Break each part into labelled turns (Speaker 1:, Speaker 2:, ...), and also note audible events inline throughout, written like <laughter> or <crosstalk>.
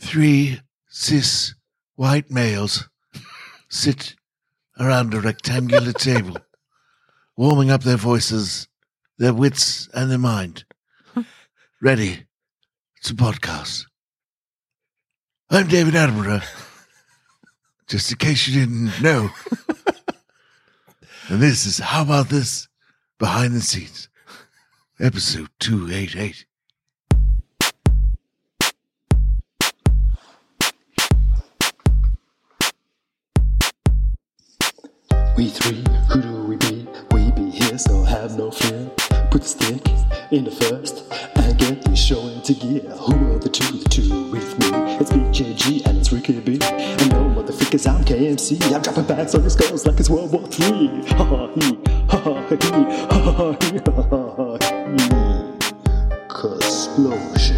Speaker 1: three cis white males sit around a rectangular <laughs> table, warming up their voices, their wits, and their mind, ready to podcast. I'm David <laughs> Attenborough, just in case you didn't know. and this is How About This Behind the Scenes, episode 288.
Speaker 2: We three, who do we be? We be here, so have no fear. Put the stick in the first and get this show into gear. Who are the two? The two with me. It's BJG and it's Ricky B. And no motherfuckers, I'm KMC. I'm dropping bags on your skulls like it's World War Three. Ha ha he, ha ha he, ha ha he, ha ha he. Explosion.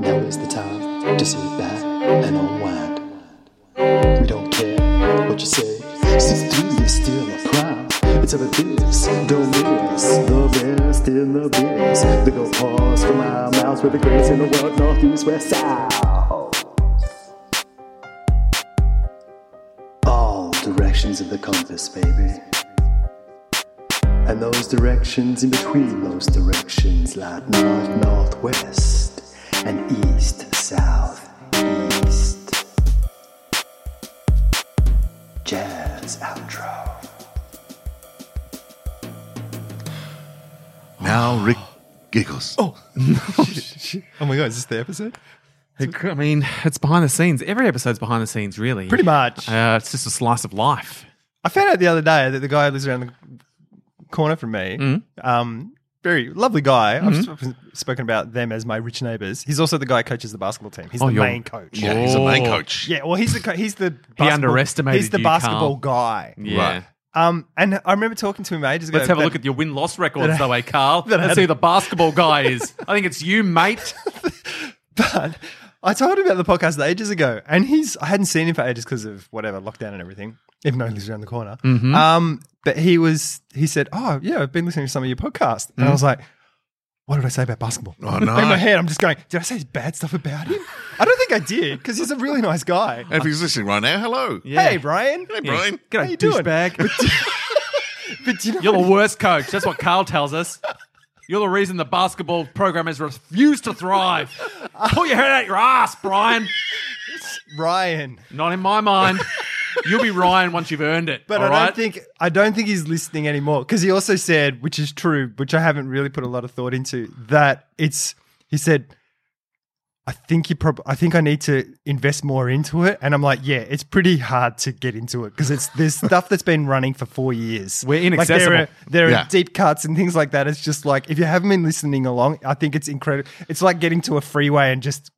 Speaker 2: Now is the time to sit back and unwind. We don't care what you say. Since three is still a crime. It's a abyss, don't miss the best in the biz. They go pause for mile miles with the grace in the world, north, east, west, south. All directions of the compass, baby. And those directions in between those directions, like north, northwest, and east, south, east. Jazz outro.
Speaker 1: Now Rick giggles. Oh,
Speaker 3: <laughs> Oh my god, is this the episode?
Speaker 4: It- I mean, it's behind the scenes. Every episode's behind the scenes, really.
Speaker 3: Pretty much.
Speaker 4: Uh, it's just a slice of life.
Speaker 3: I found out the other day that the guy who lives around the corner from me,
Speaker 4: Mm-hmm.
Speaker 3: um, very lovely guy. I've sp- spoken about them as my rich neighbors. He's also the guy who coaches the basketball team. He's
Speaker 4: Oh,
Speaker 3: the
Speaker 4: you're-
Speaker 3: main coach.
Speaker 1: yeah, he's a main
Speaker 4: Oh.
Speaker 1: coach.
Speaker 3: Yeah, well, he's the co- he's the basketball-
Speaker 4: underestimated
Speaker 3: He's the
Speaker 4: you,
Speaker 3: basketball guy.
Speaker 4: Yeah.
Speaker 1: Right.
Speaker 3: Um, and I remember talking to him ages ago.
Speaker 4: Let's have a
Speaker 3: that-
Speaker 4: look at your win loss records, though, eh, Carl? Let's see who the basketball guy is. I think it's
Speaker 3: <laughs>
Speaker 4: you, mate.
Speaker 3: But I told him about the podcast ages ago, and he's I hadn't seen him for ages because of whatever lockdown and everything. Even though he lives around the corner, um, but he was he said, "Oh yeah, I've been listening to some of your podcast," and I was like, "What did I say about basketball?"
Speaker 1: Oh, no.
Speaker 3: <laughs> In my head, I'm just going, "Did I say bad stuff about him?" I don't think I did because he's a really nice guy.
Speaker 1: And if he's listening right now, hello.
Speaker 3: Hey, Brian.
Speaker 1: Hey, Brian.
Speaker 4: Get
Speaker 3: How
Speaker 4: a
Speaker 3: you doing?
Speaker 4: douchebag.
Speaker 3: But do you know
Speaker 4: You're
Speaker 3: what-
Speaker 4: the worst coach. That's what Carl tells us. You're the reason the basketball program has refused to thrive. Pull your head out your ass, Brian.
Speaker 3: Ryan.
Speaker 4: Not in my mind. You'll be Ryan once you've earned it.
Speaker 3: But
Speaker 4: all
Speaker 3: I
Speaker 4: right?
Speaker 3: don't think I don't think he's listening anymore because he also said, which is true, which I haven't really put a lot of thought into, that it's he said, I think you prob- I think I need to invest more into it, and I'm like, yeah, it's pretty hard to get into it because it's
Speaker 4: <laughs>
Speaker 3: there's stuff that's been running for four years.
Speaker 4: We're
Speaker 3: Like, there are
Speaker 4: inaccessible.
Speaker 3: there are
Speaker 1: Yeah.
Speaker 3: deep cuts and things like that. It's just like if you haven't been listening along, I think it's incredible. It's like getting to a freeway and just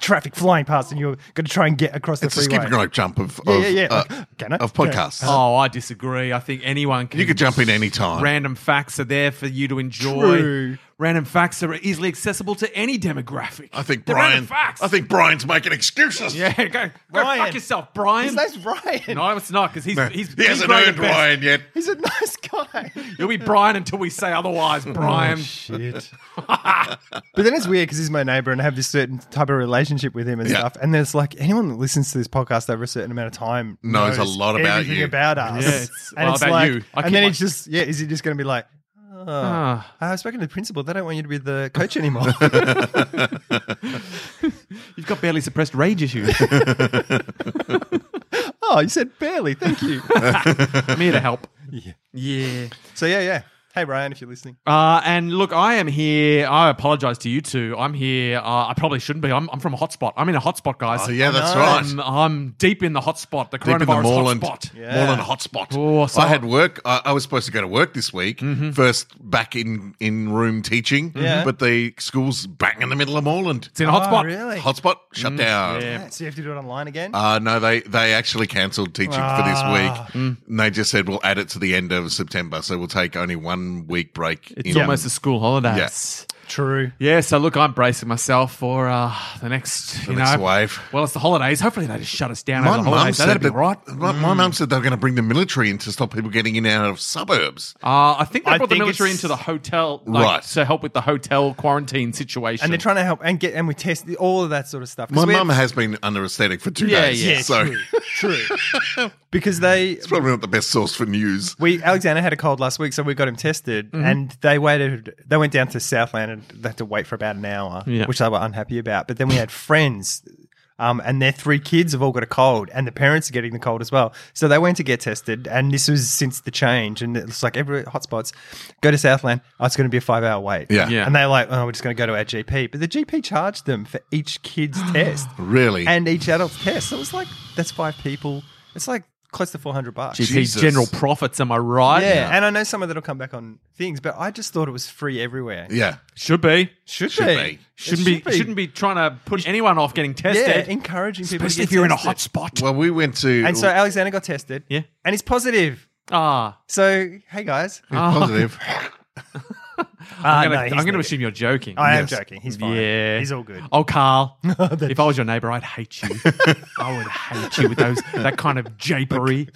Speaker 3: traffic flying past, and you're going to try and get across the
Speaker 1: It's a
Speaker 3: freeway.
Speaker 1: skip and rope jump of, of,
Speaker 3: Yeah, yeah, yeah.
Speaker 1: uh,
Speaker 3: Like, can I?
Speaker 1: of
Speaker 3: Can I?
Speaker 1: podcasts.
Speaker 4: Oh, I disagree. I think anyone can.
Speaker 1: You could jump in any time.
Speaker 4: Random facts are there for you to enjoy.
Speaker 3: True.
Speaker 4: Random facts are easily accessible to any demographic.
Speaker 1: I think
Speaker 4: They're
Speaker 1: Brian.
Speaker 4: Random facts.
Speaker 1: I think Brian's making excuses. <laughs>
Speaker 4: Yeah, go, go
Speaker 3: Ryan.
Speaker 4: fuck yourself, Brian.
Speaker 3: His name's Ryan.
Speaker 4: no, it's not because he's,
Speaker 1: No,
Speaker 4: he's
Speaker 1: he hasn't
Speaker 4: he's
Speaker 1: earned
Speaker 4: best.
Speaker 1: Brian yet.
Speaker 3: He's a <laughs> nice guy.
Speaker 4: You'll be Brian until we say
Speaker 1: Oh,
Speaker 4: otherwise, Brian.
Speaker 3: Oh, Shit. but then it's weird because he's my neighbor and I have this certain type of relationship with him and
Speaker 1: Yeah.
Speaker 3: stuff. And then it's like anyone that listens to this podcast over a certain amount of time
Speaker 1: Knows a lot about
Speaker 3: everything
Speaker 1: you.
Speaker 3: about us.
Speaker 4: Yeah, it's-
Speaker 3: and
Speaker 4: well,
Speaker 3: it's
Speaker 4: about
Speaker 3: like,
Speaker 4: you. I
Speaker 3: and
Speaker 4: keep
Speaker 3: then
Speaker 4: my-
Speaker 3: it's just, yeah, is he just going to be like, oh,
Speaker 4: Ah.
Speaker 3: I was speaking to the principal. They don't want you to be the coach anymore. <laughs>
Speaker 4: You've got barely suppressed rage issues.
Speaker 3: oh, you said barely. Thank you.
Speaker 4: I'm here
Speaker 1: <laughs>
Speaker 4: to help. Yeah. Yeah.
Speaker 3: so, yeah, yeah. Hey, Ryan, if you're listening.
Speaker 4: Uh, and look, I am here. I apologize to you two. I'm here. Uh, I probably shouldn't be. I'm, I'm from a hotspot. I'm in a hotspot, guys.
Speaker 1: Oh, yeah, that's
Speaker 3: No.
Speaker 1: right.
Speaker 4: I'm, I'm deep in the hotspot, the
Speaker 1: Deep in the
Speaker 4: coronavirus
Speaker 1: Moreland,
Speaker 4: hotspot.
Speaker 3: Yeah.
Speaker 1: Moreland hotspot.
Speaker 4: Oh, so-
Speaker 1: I had work. I, I was supposed to go to work this week.
Speaker 4: Mm-hmm.
Speaker 1: First back in in room teaching.
Speaker 3: Yeah.
Speaker 1: But the school's bang in the middle of Moreland.
Speaker 4: It's in a hotspot.
Speaker 3: Oh, really?
Speaker 1: Hotspot shut down.
Speaker 4: Mm, yeah.
Speaker 3: Yeah, so you have to do it online again?
Speaker 1: Uh, no, they, they actually cancelled teaching
Speaker 3: Ah.
Speaker 1: for this
Speaker 4: Mm.
Speaker 1: week. And they just said we'll add it to the end of September, so we'll take only one week break.
Speaker 4: It's almost a school holidays.
Speaker 3: True.
Speaker 4: Yeah, so look, I'm bracing myself for uh, the next, you
Speaker 5: next
Speaker 4: know,
Speaker 5: wave.
Speaker 4: Well, it's the holidays. Hopefully, they just shut us down
Speaker 5: My
Speaker 4: over the
Speaker 5: mum
Speaker 4: holidays. That'd
Speaker 5: said
Speaker 4: be
Speaker 5: that,
Speaker 4: right. Mm.
Speaker 5: my, my mum said they were going to bring the military in to stop people getting in and out of suburbs.
Speaker 4: Uh, I think they
Speaker 3: I
Speaker 4: brought the
Speaker 3: think
Speaker 4: military
Speaker 3: it's-
Speaker 4: into the hotel, like,
Speaker 5: Right.
Speaker 4: to help with the hotel quarantine situation.
Speaker 3: And they're trying to help and get and we test all of that sort of stuff. 'Cause
Speaker 5: My
Speaker 3: we had-
Speaker 5: mum has been under aesthetic for two
Speaker 4: Yeah,
Speaker 5: days.
Speaker 4: yeah,
Speaker 5: so
Speaker 1: <laughs>
Speaker 3: true, because they
Speaker 5: it's probably not the best source for news.
Speaker 3: we Alexander had a cold last week, so we got him tested, and they waited. They went down to Southland and they had to wait for about an hour,
Speaker 4: Yeah.
Speaker 3: which they were unhappy about. But then we had friends. Um, and their three kids have all got a cold, and the parents are getting the cold as well. So they went to get tested, and this was since the change. And it's like every hotspots go to Southland. Oh, it's going to be a five hour wait.
Speaker 5: Yeah.
Speaker 4: Yeah.
Speaker 3: And they're like, oh, we're just going to go to our GP. But the GP charged them for each kid's test
Speaker 5: Really?
Speaker 3: and each adult's test. So it was like that's five people. It's like close to four hundred bucks.
Speaker 4: GP
Speaker 5: Jesus.
Speaker 4: general profits, am I right?
Speaker 3: Yeah, and I know some of that'll come back on things, but I just thought it was free everywhere.
Speaker 5: yeah.
Speaker 4: Should be.
Speaker 3: Should,
Speaker 5: Should
Speaker 3: be.
Speaker 5: be.
Speaker 3: It
Speaker 4: Shouldn't be, Shouldn't be trying to put anyone off getting
Speaker 3: Yeah,
Speaker 4: tested.
Speaker 3: encouraging people. to
Speaker 4: especially
Speaker 3: get
Speaker 4: if you're in a
Speaker 3: tested.
Speaker 4: hot spot.
Speaker 5: Well, we went to
Speaker 3: And so
Speaker 5: <laughs>
Speaker 3: Alexander got tested.
Speaker 4: Yeah.
Speaker 3: and he's positive.
Speaker 4: Ah,
Speaker 3: So hey guys,
Speaker 5: We're positive.
Speaker 3: <laughs>
Speaker 4: I'm
Speaker 3: no,
Speaker 4: gonna,
Speaker 3: he's
Speaker 4: I'm gonna
Speaker 3: not.
Speaker 4: assume you're joking.
Speaker 3: I
Speaker 5: Yes.
Speaker 3: am joking. He's fine.
Speaker 4: Yeah.
Speaker 3: he's all good.
Speaker 4: Oh, <laughs> Carl!
Speaker 3: That-
Speaker 4: if I was your neighbour, I'd hate you. <laughs> I would hate you with those that kind of japery.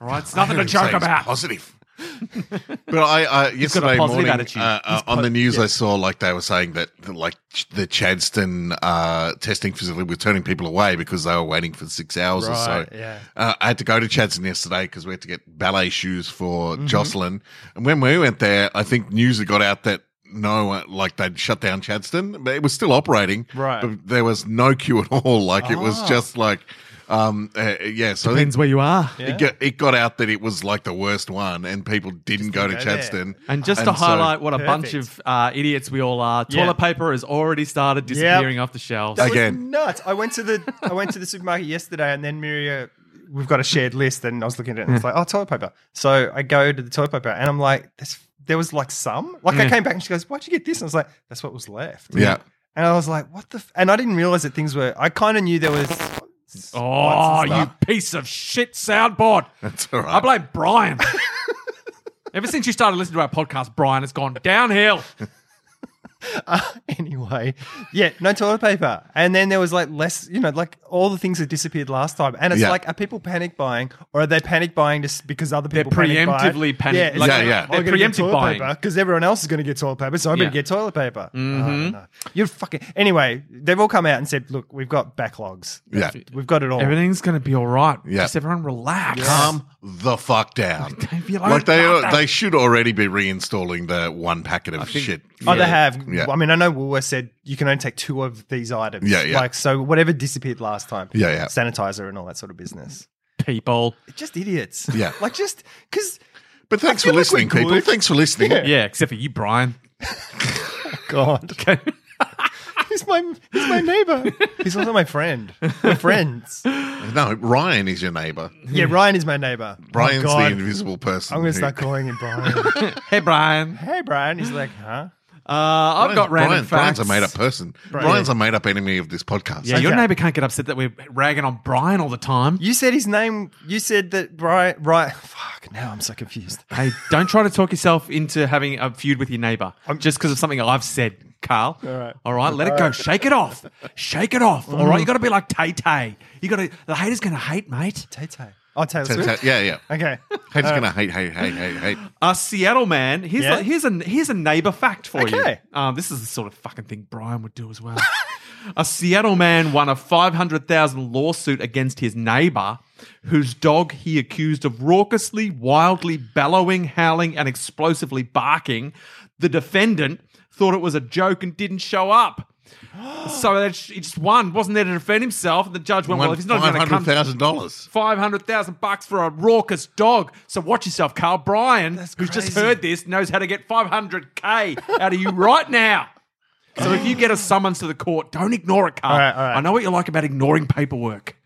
Speaker 4: All right, it's nothing to
Speaker 5: Don't say
Speaker 4: joke
Speaker 5: it's
Speaker 4: about.
Speaker 5: Positive. <laughs> but I, I yesterday
Speaker 4: positive
Speaker 5: morning
Speaker 4: attitude.
Speaker 5: uh, uh, on the news, I saw like they were saying that like ch- the Chadston uh, testing facility were turning people away because they were waiting for six hours or
Speaker 3: Right,
Speaker 5: so.
Speaker 3: yeah.
Speaker 5: Uh, I had to go to Chadston yesterday because we had to get ballet shoes for Jocelyn, and when we went there, I think news had got out that. No, one- like they'd shut down Chadston, but it was still operating.
Speaker 3: Right.
Speaker 5: but there was no queue at all. Like it was just like, um, uh, yeah. So I think
Speaker 4: Depends where you are.
Speaker 5: it, got, it got out that it was like the worst one, and people didn't go to
Speaker 3: didn't go there.
Speaker 5: Chadston.
Speaker 4: And just to
Speaker 5: so-
Speaker 4: highlight what a bunch
Speaker 3: Perfect.
Speaker 4: of uh, idiots we all are,
Speaker 3: Yeah.
Speaker 4: toilet paper has already started disappearing off the shelves.
Speaker 3: That was
Speaker 5: Again.
Speaker 3: nuts. I went to the I went to the supermarket yesterday, and then Miria, we've got a shared list, and I was looking at it, and it's
Speaker 5: Hmm.
Speaker 3: like, oh, toilet paper. So I go to the toilet paper, and I'm like, There's, there was like some. Like I came back, and she goes, "Why'd you get this?" And I was like, "That's what was left."
Speaker 5: Hmm. yeah,
Speaker 3: And I was like, "What the?" F-? And I didn't realize that things were. I kind of knew there was. spots and
Speaker 4: Oh, you
Speaker 3: stuff.
Speaker 4: piece of shit soundboard.
Speaker 5: that's all right.
Speaker 4: I blame Brian. <laughs> Ever since you started listening to our podcast, Brian, it's gone
Speaker 5: <laughs>
Speaker 4: downhill.
Speaker 3: <laughs> anyway, yeah, no toilet paper. And then there was like less, you know, like all the things that disappeared last time. And it's
Speaker 5: Yeah.
Speaker 3: like, are people panic buying or are they panic buying just because other people
Speaker 4: preemptively panic-
Speaker 3: Yeah, "Oh,
Speaker 4: like,
Speaker 5: Yeah, yeah.
Speaker 4: they're preemptive buying.
Speaker 3: because everyone else is going to get toilet paper, so I'm
Speaker 4: Yeah. Mm-hmm.
Speaker 3: going to get toilet paper. Oh, no. You're fucking. Anyway, they've all come out and said, look, we've got backlogs.
Speaker 5: Yeah.
Speaker 3: we've got it all. Um,
Speaker 4: Everything's going to be all right.
Speaker 5: Yeah.
Speaker 4: Just everyone relax.
Speaker 5: Calm the fuck down.
Speaker 4: Don't be like
Speaker 5: like they
Speaker 4: that.
Speaker 5: they should already be reinstalling the one packet of shit.
Speaker 3: Oh, they have.
Speaker 5: Yeah.
Speaker 3: I mean, I know Woolworths said you can only take two of these items.
Speaker 5: Yeah, yeah.
Speaker 3: Like, so whatever disappeared last time.
Speaker 5: Yeah, yeah.
Speaker 3: Sanitizer and all that sort of business.
Speaker 4: people.
Speaker 3: Just idiots.
Speaker 5: Yeah.
Speaker 3: <laughs> Like, just because.
Speaker 5: But thanks
Speaker 3: I feel
Speaker 5: for
Speaker 3: like we're
Speaker 5: listening, people.
Speaker 3: good.
Speaker 5: Thanks for listening.
Speaker 4: Yeah, except for you, Brian. <laughs>
Speaker 3: God.
Speaker 4: Okay.
Speaker 3: <laughs> He's my, he's my neighbor. he's also my friend. We're friends.
Speaker 5: No, Ryan is your neighbour.
Speaker 3: Yeah, Ryan is Oh my neighbor.
Speaker 5: Brian's
Speaker 3: oh,
Speaker 5: the
Speaker 3: God.
Speaker 5: invisible person.
Speaker 3: I'm going to
Speaker 5: who-
Speaker 3: start calling him Brian.
Speaker 4: <laughs> hey, Brian.
Speaker 3: hey, Brian. He's like, huh?
Speaker 4: Uh, I've got
Speaker 5: Brian,
Speaker 4: random
Speaker 5: Brian's
Speaker 4: facts.
Speaker 5: a made up person. Brian's a made up enemy of this podcast.
Speaker 4: Yeah, your
Speaker 3: Okay.
Speaker 4: neighbor can't get upset that we're ragging on Brian all the time.
Speaker 3: You said his name. You said that Brian. Right. Fuck, now I'm so confused.
Speaker 4: Hey, don't try to talk yourself into having a feud with your neighbor just because of something I've said, Carl. All
Speaker 3: right.
Speaker 4: All right, Mm-hmm. let it go. Shake it off. Shake it off. All right, you got to be like Tay Tay. You got to, the hater's going to hate, mate.
Speaker 3: Tay Tay. Oh, Taylor
Speaker 5: Ta- ta-
Speaker 3: Swift.
Speaker 5: yeah, yeah.
Speaker 3: Okay. Uh,
Speaker 5: Hate's gonna hate, hate, hate, hate, hate.
Speaker 4: A Seattle man. Here's,
Speaker 3: Yeah?
Speaker 4: a, here's, a, here's a neighbor fact for
Speaker 3: Okay.
Speaker 4: you. Um, this is the sort of fucking thing Brian would do as well. <laughs> a Seattle man won a 500,000 lawsuit against his neighbor whose dog he accused of raucously, wildly bellowing, howling, and explosively barking. The defendant thought it was a joke and didn't show up. <gasps> so that he just won. Wasn't there to defend himself. And the judge went, well, if he's not going to come
Speaker 5: $500,000.
Speaker 4: five hundred thousand bucks for a raucous dog. So watch yourself, Carl. Brian, who's just
Speaker 3: crazy.
Speaker 4: heard this, knows how to get five hundred k out of you right now. So if you get a summons to the court, don't ignore it, Carl.
Speaker 3: All right, all right.
Speaker 4: I know what you like about ignoring paperwork,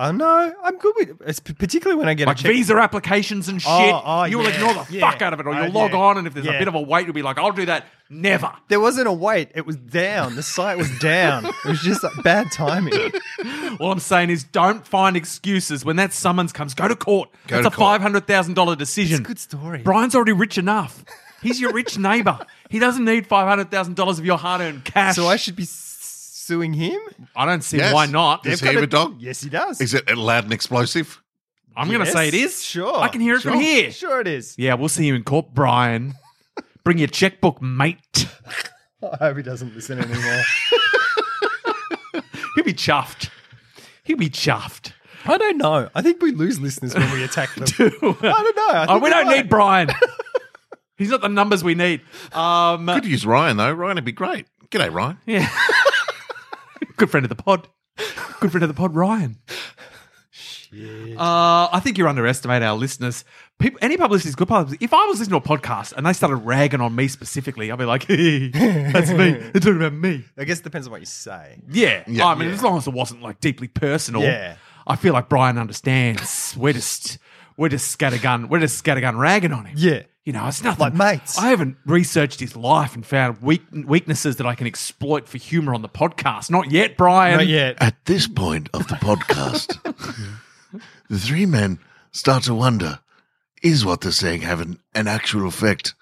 Speaker 3: Oh no, I'm good with it's p- particularly when I get
Speaker 4: like
Speaker 3: a check.
Speaker 4: visa applications and shit.
Speaker 3: Oh, oh,
Speaker 4: you will
Speaker 3: yeah,
Speaker 4: ignore the
Speaker 3: yeah.
Speaker 4: fuck out of it, or
Speaker 3: Oh,
Speaker 4: you'll log
Speaker 3: yeah,
Speaker 4: on, and if there's a
Speaker 3: yeah.
Speaker 4: bit of a wait, you'll be like, "I'll do that." Never.
Speaker 3: There wasn't a wait; it was down. The site was down. it was just like, bad timing.
Speaker 4: All I'm saying is, don't find excuses when that summons comes. Go to court.
Speaker 5: Go
Speaker 4: That's
Speaker 5: to
Speaker 4: a
Speaker 5: court.
Speaker 4: five hundred thousand dollar decision.
Speaker 3: Good story.
Speaker 4: Brian's already rich enough. He's your rich neighbor. He doesn't need five hundred thousand dollars of your hard-earned cash.
Speaker 3: So I should be s- suing him?
Speaker 4: I don't see
Speaker 5: Yes.
Speaker 4: why not.
Speaker 5: Does
Speaker 4: They've
Speaker 5: he
Speaker 4: got
Speaker 5: have
Speaker 4: a-
Speaker 5: a dog?
Speaker 3: Yes, he does.
Speaker 5: Is it loud and explosive?
Speaker 4: I'm going to
Speaker 3: Yes,
Speaker 4: say it is.
Speaker 3: Sure.
Speaker 4: I can hear it from
Speaker 5: Sure.
Speaker 4: here.
Speaker 3: Sure, it is.
Speaker 4: Yeah, we'll see you in court, Brian. Bring your checkbook, mate.
Speaker 3: I hope he doesn't listen anymore.
Speaker 4: He'll be chuffed. He'll be
Speaker 5: <laughs>
Speaker 4: chuffed.
Speaker 3: I don't know. I think we lose listeners when we attack <laughs> them.
Speaker 4: I don't know.
Speaker 3: I think
Speaker 4: Oh,
Speaker 3: you're
Speaker 4: we don't
Speaker 3: right.
Speaker 4: need Brian. He's not the numbers we need. Um,
Speaker 5: Could use Ryan though. Ryan would be great. G'day, Ryan.
Speaker 4: yeah. Good friend of the pod. Good friend of the pod, Ryan. Uh, I think you underestimate our listeners. People, any publicity is good publicity. If I was listening to a podcast and they started ragging on me specifically, I'd be like, <laughs> that's me. They're talking about me.
Speaker 3: I guess it depends on what you say.
Speaker 4: Yeah.
Speaker 5: Yeah.
Speaker 4: I mean,
Speaker 5: Yeah.
Speaker 4: as long as it wasn't like deeply personal,
Speaker 3: Yeah.
Speaker 4: I feel like Brian understands. we're just we're just scattergun we're just scattergun ragging on him.
Speaker 3: Yeah.
Speaker 4: You know, it's nothing.
Speaker 3: Like mates.
Speaker 4: I haven't researched his life and found weak, weaknesses that I can exploit for humor on the podcast. Not yet, Brian.
Speaker 3: Not yet.
Speaker 1: At this point of the
Speaker 5: <laughs>
Speaker 1: podcast, the three men start to wonder is what they're saying having an actual effect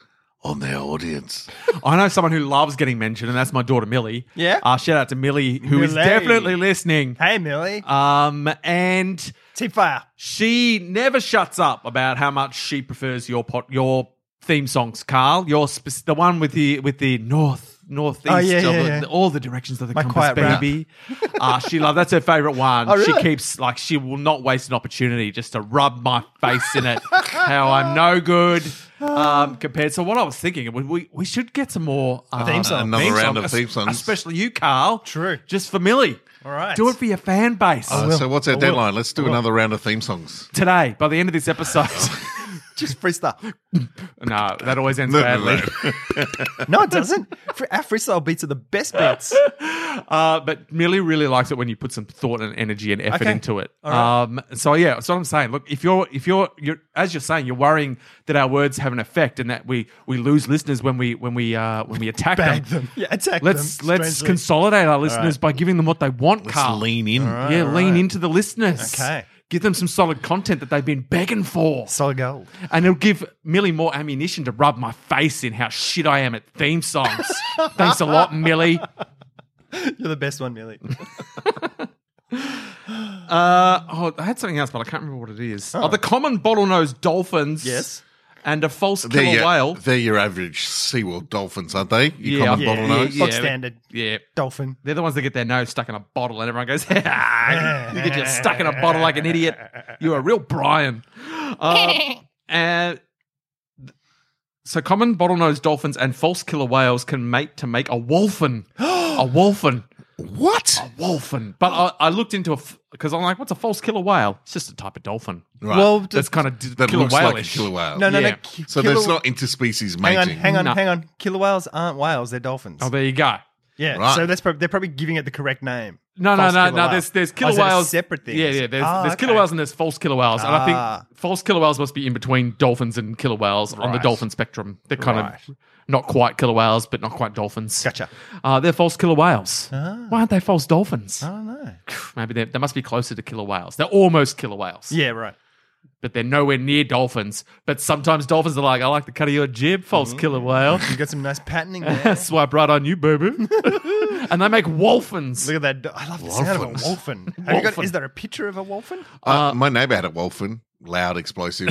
Speaker 1: on their audience?
Speaker 4: I know someone who loves getting mentioned, and that's my daughter Millie.
Speaker 3: Yeah.
Speaker 4: Uh, shout out to Millie, who is
Speaker 3: Millie.
Speaker 4: definitely listening.
Speaker 3: Hey, Millie.
Speaker 4: Um, and
Speaker 3: Tip fire.
Speaker 4: She never shuts up about how much she prefers your pot, your theme songs, Carl. Your spec- the one with the with the north northeast,
Speaker 3: Oh, yeah,
Speaker 4: of
Speaker 3: yeah,
Speaker 4: the-
Speaker 3: yeah.
Speaker 4: the- all the directions of the
Speaker 3: My
Speaker 4: compass,
Speaker 3: quiet rap. <laughs>
Speaker 4: baby. uh, she loves that's her favorite one.
Speaker 3: Oh,
Speaker 4: She
Speaker 3: really?
Speaker 4: keeps like she will not waste an opportunity just to rub my face in it. how I'm no good um, compared. So what I was thinking, we we, we should get some more uh,
Speaker 3: Theme song.
Speaker 5: Another round of
Speaker 4: es-
Speaker 5: theme songs.
Speaker 4: especially you, Carl.
Speaker 3: True.
Speaker 4: just for Millie.
Speaker 3: All right.
Speaker 4: do it for your fan base
Speaker 5: Uh,
Speaker 3: will.
Speaker 5: so what's our
Speaker 3: I will.
Speaker 5: deadline? Let's do
Speaker 3: will.
Speaker 5: another round of theme songs.
Speaker 4: today. By the end of this
Speaker 5: <laughs>
Speaker 4: episode. <laughs>
Speaker 3: Just freestyle.
Speaker 4: No, that always ends
Speaker 5: No, no,
Speaker 4: badly.
Speaker 5: no.
Speaker 3: No, it doesn't. Fr- Our freestyle beats are the best beats.
Speaker 4: <laughs> Uh, but Millie really likes it when you put some thought and energy and effort
Speaker 3: Okay.
Speaker 4: into it.
Speaker 3: All right.
Speaker 4: Um, so yeah, that's what I'm saying. Look, if you're if you're you're as you're saying, you're worrying that our words have an effect and that we we lose listeners when we when we uh, when we attack them.
Speaker 3: Bag them. <laughs> Yeah, attack
Speaker 4: Let's
Speaker 3: them.
Speaker 4: let's
Speaker 3: strangely.
Speaker 4: consolidate our listeners by giving them what they want. Carl.
Speaker 5: Let's lean in.
Speaker 4: yeah,
Speaker 3: all
Speaker 4: lean
Speaker 3: right.
Speaker 4: into the listeners.
Speaker 3: Okay.
Speaker 4: Give them some solid content that they've been begging for.
Speaker 3: solid gold.
Speaker 4: And it'll give Millie more ammunition to rub my face in how shit I am at
Speaker 3: <laughs>
Speaker 4: theme songs. Thanks a lot, Millie.
Speaker 3: You're the best one, Millie.
Speaker 4: Uh, oh, I had something else, but I can't remember what it is. Oh, the common bottlenose dolphins.
Speaker 3: Yes.
Speaker 4: And a false killer
Speaker 5: They're your,
Speaker 4: whale.
Speaker 5: they're your average SeaWorld dolphins, aren't they? Your
Speaker 4: Yeah,
Speaker 5: common
Speaker 4: yeah,
Speaker 5: bottlenose.
Speaker 4: yeah.
Speaker 3: Bog standard.
Speaker 4: yeah.
Speaker 3: Dolphin.
Speaker 4: They're the ones that get their nose stuck in a bottle, and everyone goes, <laughs> "Ha, ha, "You get you stuck in a bottle like an idiot. You're a real Brian." Uh,
Speaker 5: <laughs>
Speaker 4: and so, common bottlenose dolphins and false killer whales can mate to make a wolfen.
Speaker 5: <gasps>
Speaker 4: a wolfen.
Speaker 5: What?
Speaker 4: A wolfen. But I, I looked into a because I'm like, "What's a false killer whale?" It's just a type of dolphin.
Speaker 5: Right.
Speaker 3: Well,
Speaker 4: That's kind of d-
Speaker 5: that
Speaker 4: killer
Speaker 5: looks
Speaker 4: whale-ish.
Speaker 5: like a killer whale.
Speaker 3: No, no,
Speaker 4: yeah.
Speaker 3: no. Ki-
Speaker 5: So
Speaker 3: killer-
Speaker 5: there's not interspecies
Speaker 3: Hang on,
Speaker 5: mating.
Speaker 3: hang on,
Speaker 4: No.
Speaker 3: hang on. Killer whales aren't whales; they're dolphins.
Speaker 4: Oh, there you go.
Speaker 3: yeah,
Speaker 5: right.
Speaker 3: so that's prob- they're probably giving it the correct name.
Speaker 4: No, no,
Speaker 3: False
Speaker 4: no,
Speaker 3: killer
Speaker 4: no.
Speaker 3: whale.
Speaker 4: There's there's
Speaker 3: Oh,
Speaker 4: killer
Speaker 3: is that a
Speaker 4: whales.
Speaker 3: separate thing.
Speaker 4: Yeah, yeah. There's,
Speaker 3: Ah,
Speaker 4: there's killer
Speaker 3: okay.
Speaker 4: whales and there's false killer whales, and I
Speaker 3: Ah.
Speaker 4: think false killer whales must be in between dolphins and killer whales on the
Speaker 3: Right.
Speaker 4: dolphin spectrum. They're kind
Speaker 3: Right.
Speaker 4: of not quite killer whales, but not quite dolphins.
Speaker 3: Gotcha.
Speaker 4: Uh, they're false killer whales.
Speaker 3: Ah.
Speaker 4: Why aren't they false dolphins?
Speaker 3: I don't know.
Speaker 4: <sighs> Maybe they they must be closer to killer whales. They're almost killer whales,
Speaker 3: Yeah, right.
Speaker 4: but they're nowhere near dolphins. But sometimes dolphins are like, "I like the cut of your jib, false
Speaker 3: Mm.
Speaker 4: killer whale." <laughs>
Speaker 3: You got some nice patterning there.
Speaker 4: Swipe right on you, baby. <laughs> and they make wolfins.
Speaker 3: Look at that. do- I love the sound of a wolfen. Have you got,
Speaker 4: Wolfen.
Speaker 3: is there a picture of a wolfen?
Speaker 5: Uh, my neighbour had a wolfen. Loud, explosive,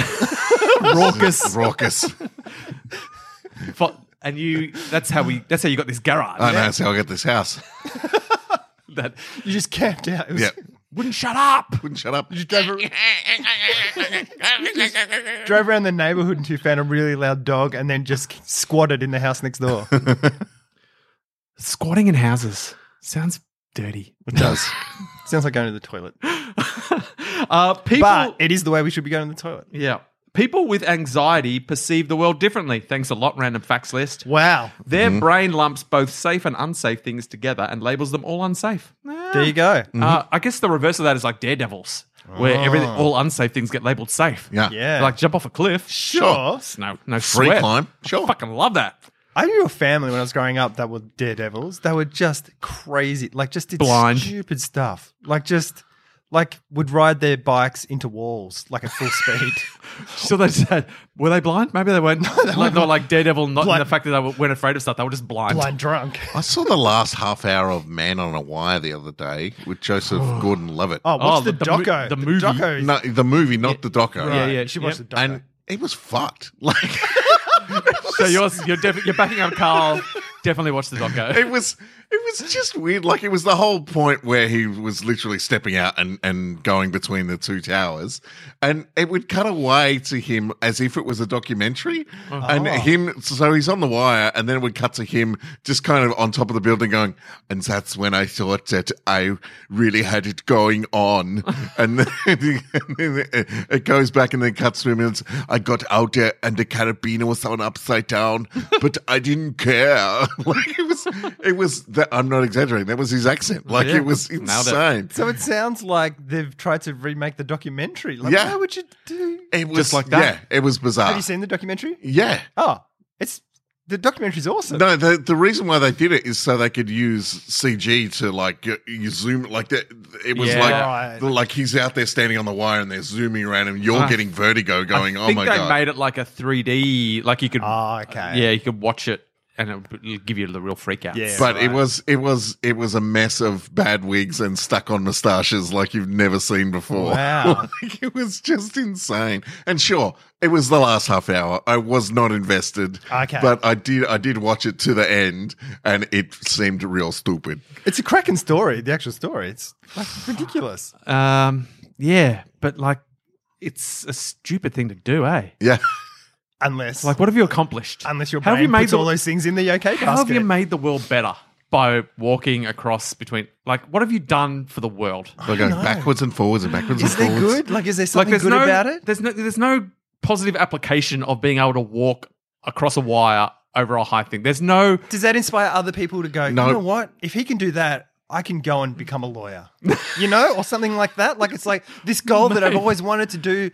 Speaker 4: Raucous.
Speaker 5: raucous.
Speaker 4: Fo- and you that's how we that's how you got this garage
Speaker 5: I know that's how I got this house. <laughs>
Speaker 4: that
Speaker 3: You just camped out. It was <laughs>
Speaker 5: Yeah,
Speaker 4: wouldn't shut up
Speaker 5: wouldn't shut up.
Speaker 3: Drove around the neighborhood until you found a really loud dog and then just squatted in the house next
Speaker 5: <laughs>
Speaker 3: door.
Speaker 4: squatting in houses sounds dirty
Speaker 5: It does.
Speaker 3: <laughs> Sounds like going to the toilet.
Speaker 4: uh people
Speaker 3: But it is the way we should be going to the toilet.
Speaker 4: yeah people with anxiety perceive the world differently thanks a lot random facts list
Speaker 3: Wow.
Speaker 4: their brain lumps both safe and unsafe things together and labels them all unsafe
Speaker 3: There you go.
Speaker 4: uh, i guess the reverse of that is like daredevils where everything all unsafe things get labeled safe
Speaker 5: Yeah.
Speaker 3: <laughs> Yeah.
Speaker 4: like jump off a cliff
Speaker 3: sure.
Speaker 4: no no
Speaker 5: Free
Speaker 4: sweat.
Speaker 5: climb. Sure.
Speaker 4: fucking love that
Speaker 3: I knew a family when I was growing up that were daredevils. They were just crazy, like just did
Speaker 4: Blind.
Speaker 3: stupid stuff, like just like would ride their bikes into walls like at full speed.
Speaker 4: So they said, were they blind? Maybe they weren't. like, not like Daredevil, not in
Speaker 3: Blind.
Speaker 4: the fact that they weren't afraid of stuff. They were just blind.
Speaker 3: Blind <laughs> drunk.
Speaker 5: I saw the last half hour of Man on a Wire the other day
Speaker 3: <sighs>
Speaker 5: with Joseph Gordon-Levitt.
Speaker 3: Oh, what's
Speaker 4: Oh,
Speaker 3: the,
Speaker 4: the- the mo-
Speaker 3: doco?
Speaker 4: the movie.
Speaker 3: doco is-
Speaker 5: no, the movie, not the doco.
Speaker 4: Yeah, yeah.
Speaker 3: Right, She watched
Speaker 4: Yep.
Speaker 3: the doco.
Speaker 5: And it was fucked. <laughs> Like
Speaker 4: So you're you're, defi- you're backing up Carl. Definitely watch the doco.
Speaker 5: it was it was just weird. Like it was the whole point where he was literally stepping out and, and going between the two towers. And it would cut away to him as if it was a documentary. And
Speaker 3: Uh-huh.
Speaker 5: him so he's on the wire and then it would cut to him just kind of on top of the building going, and that's when I thought that I really had it going
Speaker 4: <laughs>
Speaker 5: on. and <laughs> then, and then it goes back and then cuts to him and it's, I got out there and the carabiner was on upside
Speaker 4: <laughs>
Speaker 5: down, but I didn't care. <laughs> like it was it was that I'm not exaggerating. That was his accent. Like
Speaker 4: Yeah.
Speaker 5: it was
Speaker 4: Nailed it.
Speaker 5: insane.
Speaker 3: So it sounds like they've tried to remake the documentary. Like,
Speaker 5: Yeah.
Speaker 3: why would you do?
Speaker 5: It was
Speaker 4: Just like that?
Speaker 5: Yeah, it was bizarre.
Speaker 3: Have you seen the documentary?
Speaker 5: yeah.
Speaker 3: Oh, it's the documentary's awesome.
Speaker 5: No, the the reason why they did it is so they could use CG to like you, you zoom like that. It was
Speaker 4: Yeah.
Speaker 3: Right.
Speaker 5: like like he's out there standing on the wire and they're zooming around and you're
Speaker 4: Ah.
Speaker 5: getting vertigo going.
Speaker 4: I
Speaker 5: Oh
Speaker 4: think
Speaker 5: my
Speaker 4: they
Speaker 5: god!
Speaker 4: made it like a 3D. Like you could,
Speaker 3: Oh, okay.
Speaker 4: yeah, you could watch it and it would it'd give you the real freak out.
Speaker 3: Yeah.
Speaker 5: but it
Speaker 3: right.
Speaker 5: was it was it was a mess of bad wigs and stuck on moustaches like you've never seen before.
Speaker 3: Wow.
Speaker 5: <laughs> Like, it was just insane. And sure, it was the last half hour. I was not invested.
Speaker 3: Okay.
Speaker 5: but I did I did watch it to the end, and it seemed real stupid.
Speaker 3: It's a cracking story, the actual story. It's like ridiculous.
Speaker 4: Um, yeah, but like it's a stupid thing to do, eh?
Speaker 5: Yeah.
Speaker 3: Unless
Speaker 4: Like, what have you accomplished?
Speaker 3: unless your
Speaker 4: How
Speaker 3: brain
Speaker 4: have you made
Speaker 3: puts
Speaker 4: the-
Speaker 3: all those things in the OK basket.
Speaker 4: How have you made the world better by walking across between? Like, what have you done for the world?
Speaker 5: They're going backwards and forwards and backwards
Speaker 3: is
Speaker 5: and
Speaker 3: there
Speaker 5: forwards.
Speaker 3: good? Like is there
Speaker 4: Like,
Speaker 3: something
Speaker 4: there's
Speaker 3: good
Speaker 4: no,
Speaker 3: about it?
Speaker 4: There's no, there's no positive application of being able to walk across a wire over a high thing. There's no
Speaker 3: Does that inspire other people to go,
Speaker 5: No.
Speaker 3: you know what? If he can do that, I can go and become a lawyer. you know, or something like that. Like it's like this goal that I've always wanted to do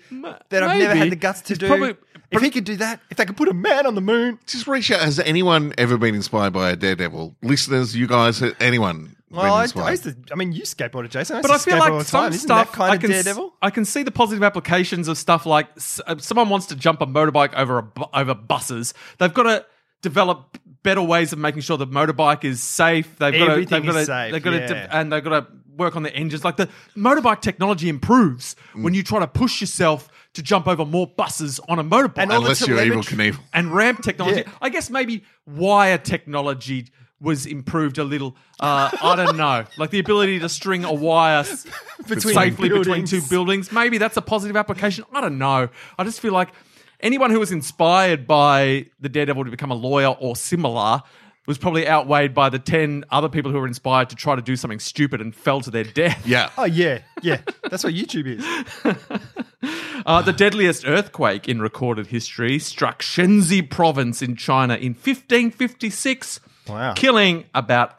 Speaker 3: that I've never
Speaker 4: maybe.
Speaker 3: had the guts to
Speaker 4: It's
Speaker 3: do.
Speaker 4: probably-
Speaker 3: if he could do that, if they could put a man on the moon.
Speaker 5: Just reach out. Has anyone ever been inspired by a daredevil? Listeners, you guys, anyone?
Speaker 3: Well, I,
Speaker 5: been
Speaker 3: I used
Speaker 5: inspired?
Speaker 3: to. I mean, you skateboarded, Jason. I
Speaker 4: but I
Speaker 3: used to
Speaker 4: feel
Speaker 3: skateboard all
Speaker 4: like
Speaker 3: the
Speaker 4: some
Speaker 3: time. Isn't
Speaker 4: stuff
Speaker 3: that kind
Speaker 4: I
Speaker 3: of
Speaker 4: can s-
Speaker 3: daredevil.
Speaker 4: I can see the positive applications of stuff like s- uh, someone wants to jump a motorbike over a bu- over buses. They've got to develop better ways of making sure the motorbike is safe. They've got to,
Speaker 3: Everything
Speaker 4: they've got to,
Speaker 3: is safe,
Speaker 4: they've got to,
Speaker 3: yeah.
Speaker 4: de- and they've got to work on the engines. Like the motorbike technology improves
Speaker 3: Mm.
Speaker 4: when you try to push yourself to jump over more buses on a motorbike
Speaker 3: And all the
Speaker 5: Unless you're evil
Speaker 3: telemetry-
Speaker 5: Knievel.
Speaker 4: and ramp technology.
Speaker 3: Yeah.
Speaker 4: I guess maybe wire technology was improved a little. Uh, I don't
Speaker 3: <laughs>
Speaker 4: know, like the ability to string a wire s-
Speaker 3: Between
Speaker 4: safely between
Speaker 3: buildings.
Speaker 4: two buildings. Maybe that's a positive application. I don't know. I just feel like anyone who was inspired by the Daredevil to become a lawyer or similar. Was probably outweighed by the 10 other people who were inspired to try to do something stupid and fell to their death.
Speaker 5: Yeah.
Speaker 3: Oh yeah, yeah. That's what YouTube is.
Speaker 4: Uh, the deadliest earthquake in recorded history struck Shenzi province in China in 1556,
Speaker 3: Wow.
Speaker 4: killing about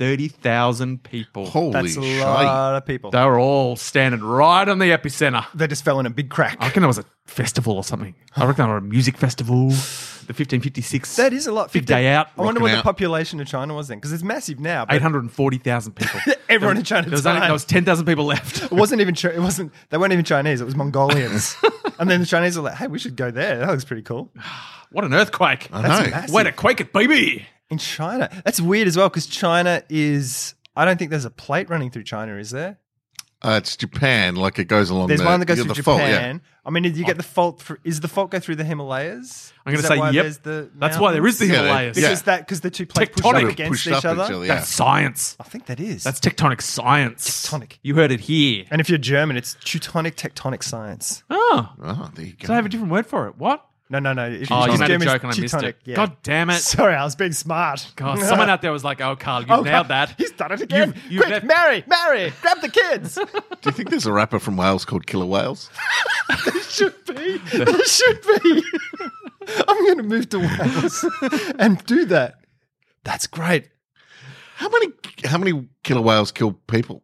Speaker 4: 830,000 people.
Speaker 5: Holy
Speaker 3: That's a
Speaker 5: shit.
Speaker 3: lot of people.
Speaker 4: They were all standing right on the epicenter.
Speaker 3: They just fell in a big crack.
Speaker 4: I reckon it was a festival or something. I reckon it was a music festival. The 1556.
Speaker 3: That is a lot.
Speaker 4: Big day out.
Speaker 3: I wonder what the
Speaker 5: out.
Speaker 3: population of China was then, because it's massive now. But
Speaker 4: 840,000 people.
Speaker 3: <laughs> Everyone in China
Speaker 4: There was, only,
Speaker 3: died.
Speaker 4: there was 10,000 people left.
Speaker 3: it wasn't even. Chi- It wasn't. They weren't even Chinese. It was
Speaker 4: <laughs>
Speaker 3: Mongolians. and then the Chinese were like, "Hey, we should go there. That looks pretty cool."
Speaker 4: What an earthquake.
Speaker 5: I know.
Speaker 3: massive.
Speaker 4: Way to quake it, baby.
Speaker 3: In China, that's weird as well, because China is. I don't think there's a plate running through China, is there?
Speaker 5: Uh, it's Japan. Like it goes along.
Speaker 3: There's
Speaker 5: the,
Speaker 3: one that goes
Speaker 5: yeah,
Speaker 3: through
Speaker 5: the
Speaker 3: Japan.
Speaker 5: fault, yeah.
Speaker 3: I mean, did you get the fault? Through, is the fault go through the Himalayas?
Speaker 4: Oh. I'm going
Speaker 3: Is
Speaker 4: to
Speaker 3: that
Speaker 4: say,
Speaker 3: why
Speaker 4: yep.
Speaker 3: there's the
Speaker 4: That's why there is the
Speaker 5: Yeah, they-
Speaker 4: Himalayas.
Speaker 5: yeah.
Speaker 3: Because that because the two plates push up
Speaker 4: Tectonic.
Speaker 3: against
Speaker 5: Pushed
Speaker 3: each,
Speaker 5: up
Speaker 3: other.
Speaker 5: yeah.
Speaker 4: That's science.
Speaker 3: I think that is.
Speaker 4: That's tectonic science.
Speaker 3: Tectonic.
Speaker 4: You heard it here.
Speaker 3: and if you're German, it's Teutonic tectonic science.
Speaker 4: Oh,
Speaker 5: Oh, there you go.
Speaker 4: so I have a different word for it. What?
Speaker 3: No, no, no. If
Speaker 4: Oh, you
Speaker 3: it's
Speaker 4: made a
Speaker 3: German, it's
Speaker 4: joke and I missed it.
Speaker 3: Teutonic, yeah.
Speaker 4: God damn it. <laughs>
Speaker 3: Sorry, I was being smart.
Speaker 4: God, someone out there was like, oh, Carl, you
Speaker 3: <laughs> Oh, God,
Speaker 4: nailed that.
Speaker 3: <laughs> He's done it again.
Speaker 4: You've- you've
Speaker 3: Quick,
Speaker 4: left-
Speaker 3: Mary, Mary, grab the
Speaker 4: <laughs>
Speaker 3: kids.
Speaker 5: Do you think there's a rapper from Wales called Killer Wales?
Speaker 3: should be. It should be. <laughs> I'm going to move to Wales <laughs> and do that. That's great.
Speaker 5: How many? How many killer whales kill people?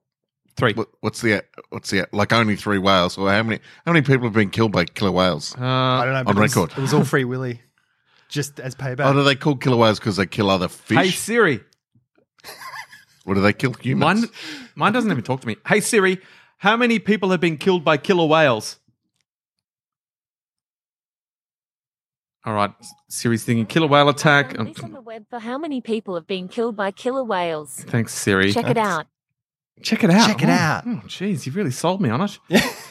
Speaker 4: Three.
Speaker 5: What, what's the? What's the? Like only three whales, or how many? How many people have been killed by killer whales?
Speaker 4: Uh,
Speaker 3: I don't know. but
Speaker 5: on
Speaker 3: it was-
Speaker 5: record.
Speaker 3: It was all free willy, just as payback.
Speaker 5: What are Oh, they called killer whales because they kill other
Speaker 4: Hey,
Speaker 5: fish?
Speaker 4: Siri.
Speaker 5: What do they kill humans?
Speaker 4: Mine, mine doesn't even talk to me. Hey, Siri. How many people have been killed by killer whales? All right, Siri's thinking killer whale attack.
Speaker 6: Found
Speaker 4: Um,
Speaker 6: this on the web for how many people have been killed by killer whales.
Speaker 4: Thanks, Siri.
Speaker 6: Check it out.
Speaker 4: Check it out.
Speaker 3: Check it
Speaker 4: Oh,
Speaker 3: out.
Speaker 4: Oh, jeez, you really sold me on it.
Speaker 3: <laughs>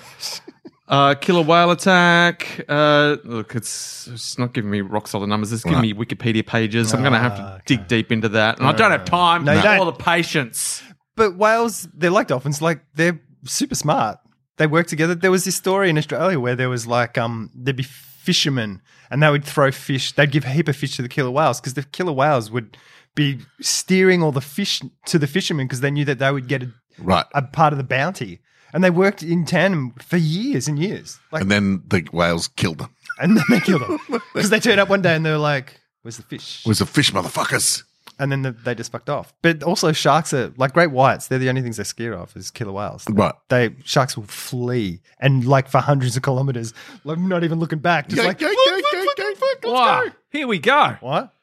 Speaker 4: Uh, killer whale attack. Uh, look, it's, it's not giving me rock solid numbers. It's giving
Speaker 5: Right.
Speaker 4: me Wikipedia pages. I'm going to have to dig deep into that, and I don't have time
Speaker 3: Ah, No, you
Speaker 4: or
Speaker 3: don't.
Speaker 4: the patience.
Speaker 3: But whales, they're like dolphins. Like they're super smart. They work together. There was this story in Australia where there was like um, there'd be fishermen, and they would throw fish. They'd give a heap of fish to the killer whales because the killer whales would be steering all the fish to the fishermen because they knew that they would get a,
Speaker 5: Right.
Speaker 3: a part of the bounty. And they worked in tandem for years and years. Like,
Speaker 5: And then the whales killed them.
Speaker 3: and then they killed
Speaker 5: <laughs>
Speaker 3: them because they turned up one day and they were like, "Where's the fish?"
Speaker 5: It was a fish, motherfuckers.
Speaker 3: and then the, they just fucked off. But also, sharks are like great whites. They're the only things they're scared of is killer whales.
Speaker 5: Right.
Speaker 3: They sharks will flee and like for hundreds of kilometers, like not even looking back, just
Speaker 5: Yoink,
Speaker 3: like
Speaker 5: yoink,
Speaker 3: "Fuck, fuck,
Speaker 5: yoink, yoink,
Speaker 3: fuck,
Speaker 5: yoink,
Speaker 3: fuck, let's
Speaker 4: Wow,
Speaker 3: go."
Speaker 4: here we go.
Speaker 3: What?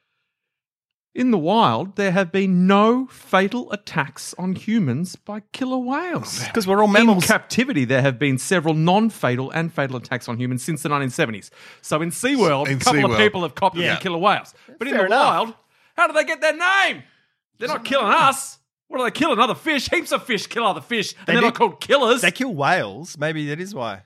Speaker 4: In the wild, there have been no fatal attacks on humans by killer whales.
Speaker 3: Because we're all mammals.
Speaker 4: In captivity, there have been several non fatal and fatal attacks on humans since the 1970s. So in SeaWorld,
Speaker 5: In
Speaker 4: a couple
Speaker 5: SeaWorld.
Speaker 4: of people have copped
Speaker 3: Yeah.
Speaker 4: them killer whales. But in
Speaker 3: Fair
Speaker 4: the
Speaker 3: enough.
Speaker 4: wild, how do they get their name? They're not killing us. What are they killing? Other fish? Heaps of fish kill other fish. And
Speaker 3: They
Speaker 4: they're
Speaker 3: do-
Speaker 4: not called killers.
Speaker 3: they kill whales. Maybe that is why.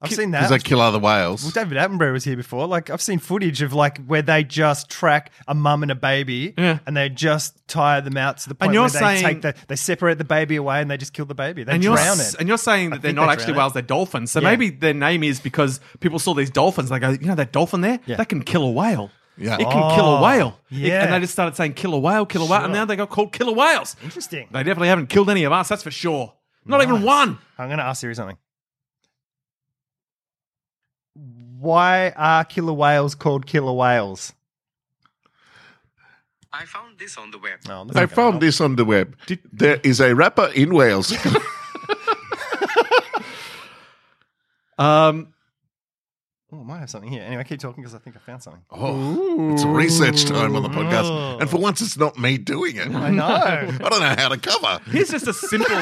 Speaker 3: I've seen that.
Speaker 5: Because they kill other
Speaker 3: Well,
Speaker 5: whales.
Speaker 3: David Attenborough was here before. Like I've seen footage of like where they just track a mum and a baby,
Speaker 4: Yeah.
Speaker 3: and they just tire them out to the point
Speaker 4: you're
Speaker 3: where they
Speaker 4: saying-
Speaker 3: take the they separate the baby away and they just kill the baby. They
Speaker 4: and you're,
Speaker 3: drown
Speaker 4: s-
Speaker 3: it.
Speaker 4: and you're saying that they're
Speaker 3: think
Speaker 4: not
Speaker 3: they
Speaker 4: actually
Speaker 3: drown it.
Speaker 4: whales, they're dolphins. So
Speaker 3: Yeah.
Speaker 4: maybe their name is because people saw these dolphins and they go, you know that dolphin there?
Speaker 3: Yeah.
Speaker 4: That can kill a whale.
Speaker 5: Yeah.
Speaker 4: It can kill a
Speaker 3: Oh,
Speaker 4: whale. It-
Speaker 3: yeah.
Speaker 4: and they just started saying killer whale, killer whale. And
Speaker 3: Sure.
Speaker 4: now they got called killer whales.
Speaker 3: Interesting.
Speaker 4: They definitely haven't killed any of us, that's for sure. Not even
Speaker 3: Nice.
Speaker 4: one.
Speaker 3: I'm going to ask Siri something. Why are killer whales called killer whales?
Speaker 7: I found this on the web.
Speaker 3: No, that's
Speaker 5: I
Speaker 3: Oh, not gonna
Speaker 5: found
Speaker 3: help.
Speaker 5: this on the web. There is a rapper in Wales.
Speaker 4: Um,
Speaker 3: Oh, I might have something here. Anyway, keep talking because I think I found something.
Speaker 5: Oh, it's research time on the podcast. And for once, it's not me doing it.
Speaker 3: I know.
Speaker 5: I don't know how to cover.
Speaker 4: here's just a
Speaker 3: <laughs>
Speaker 4: simple. <laughs>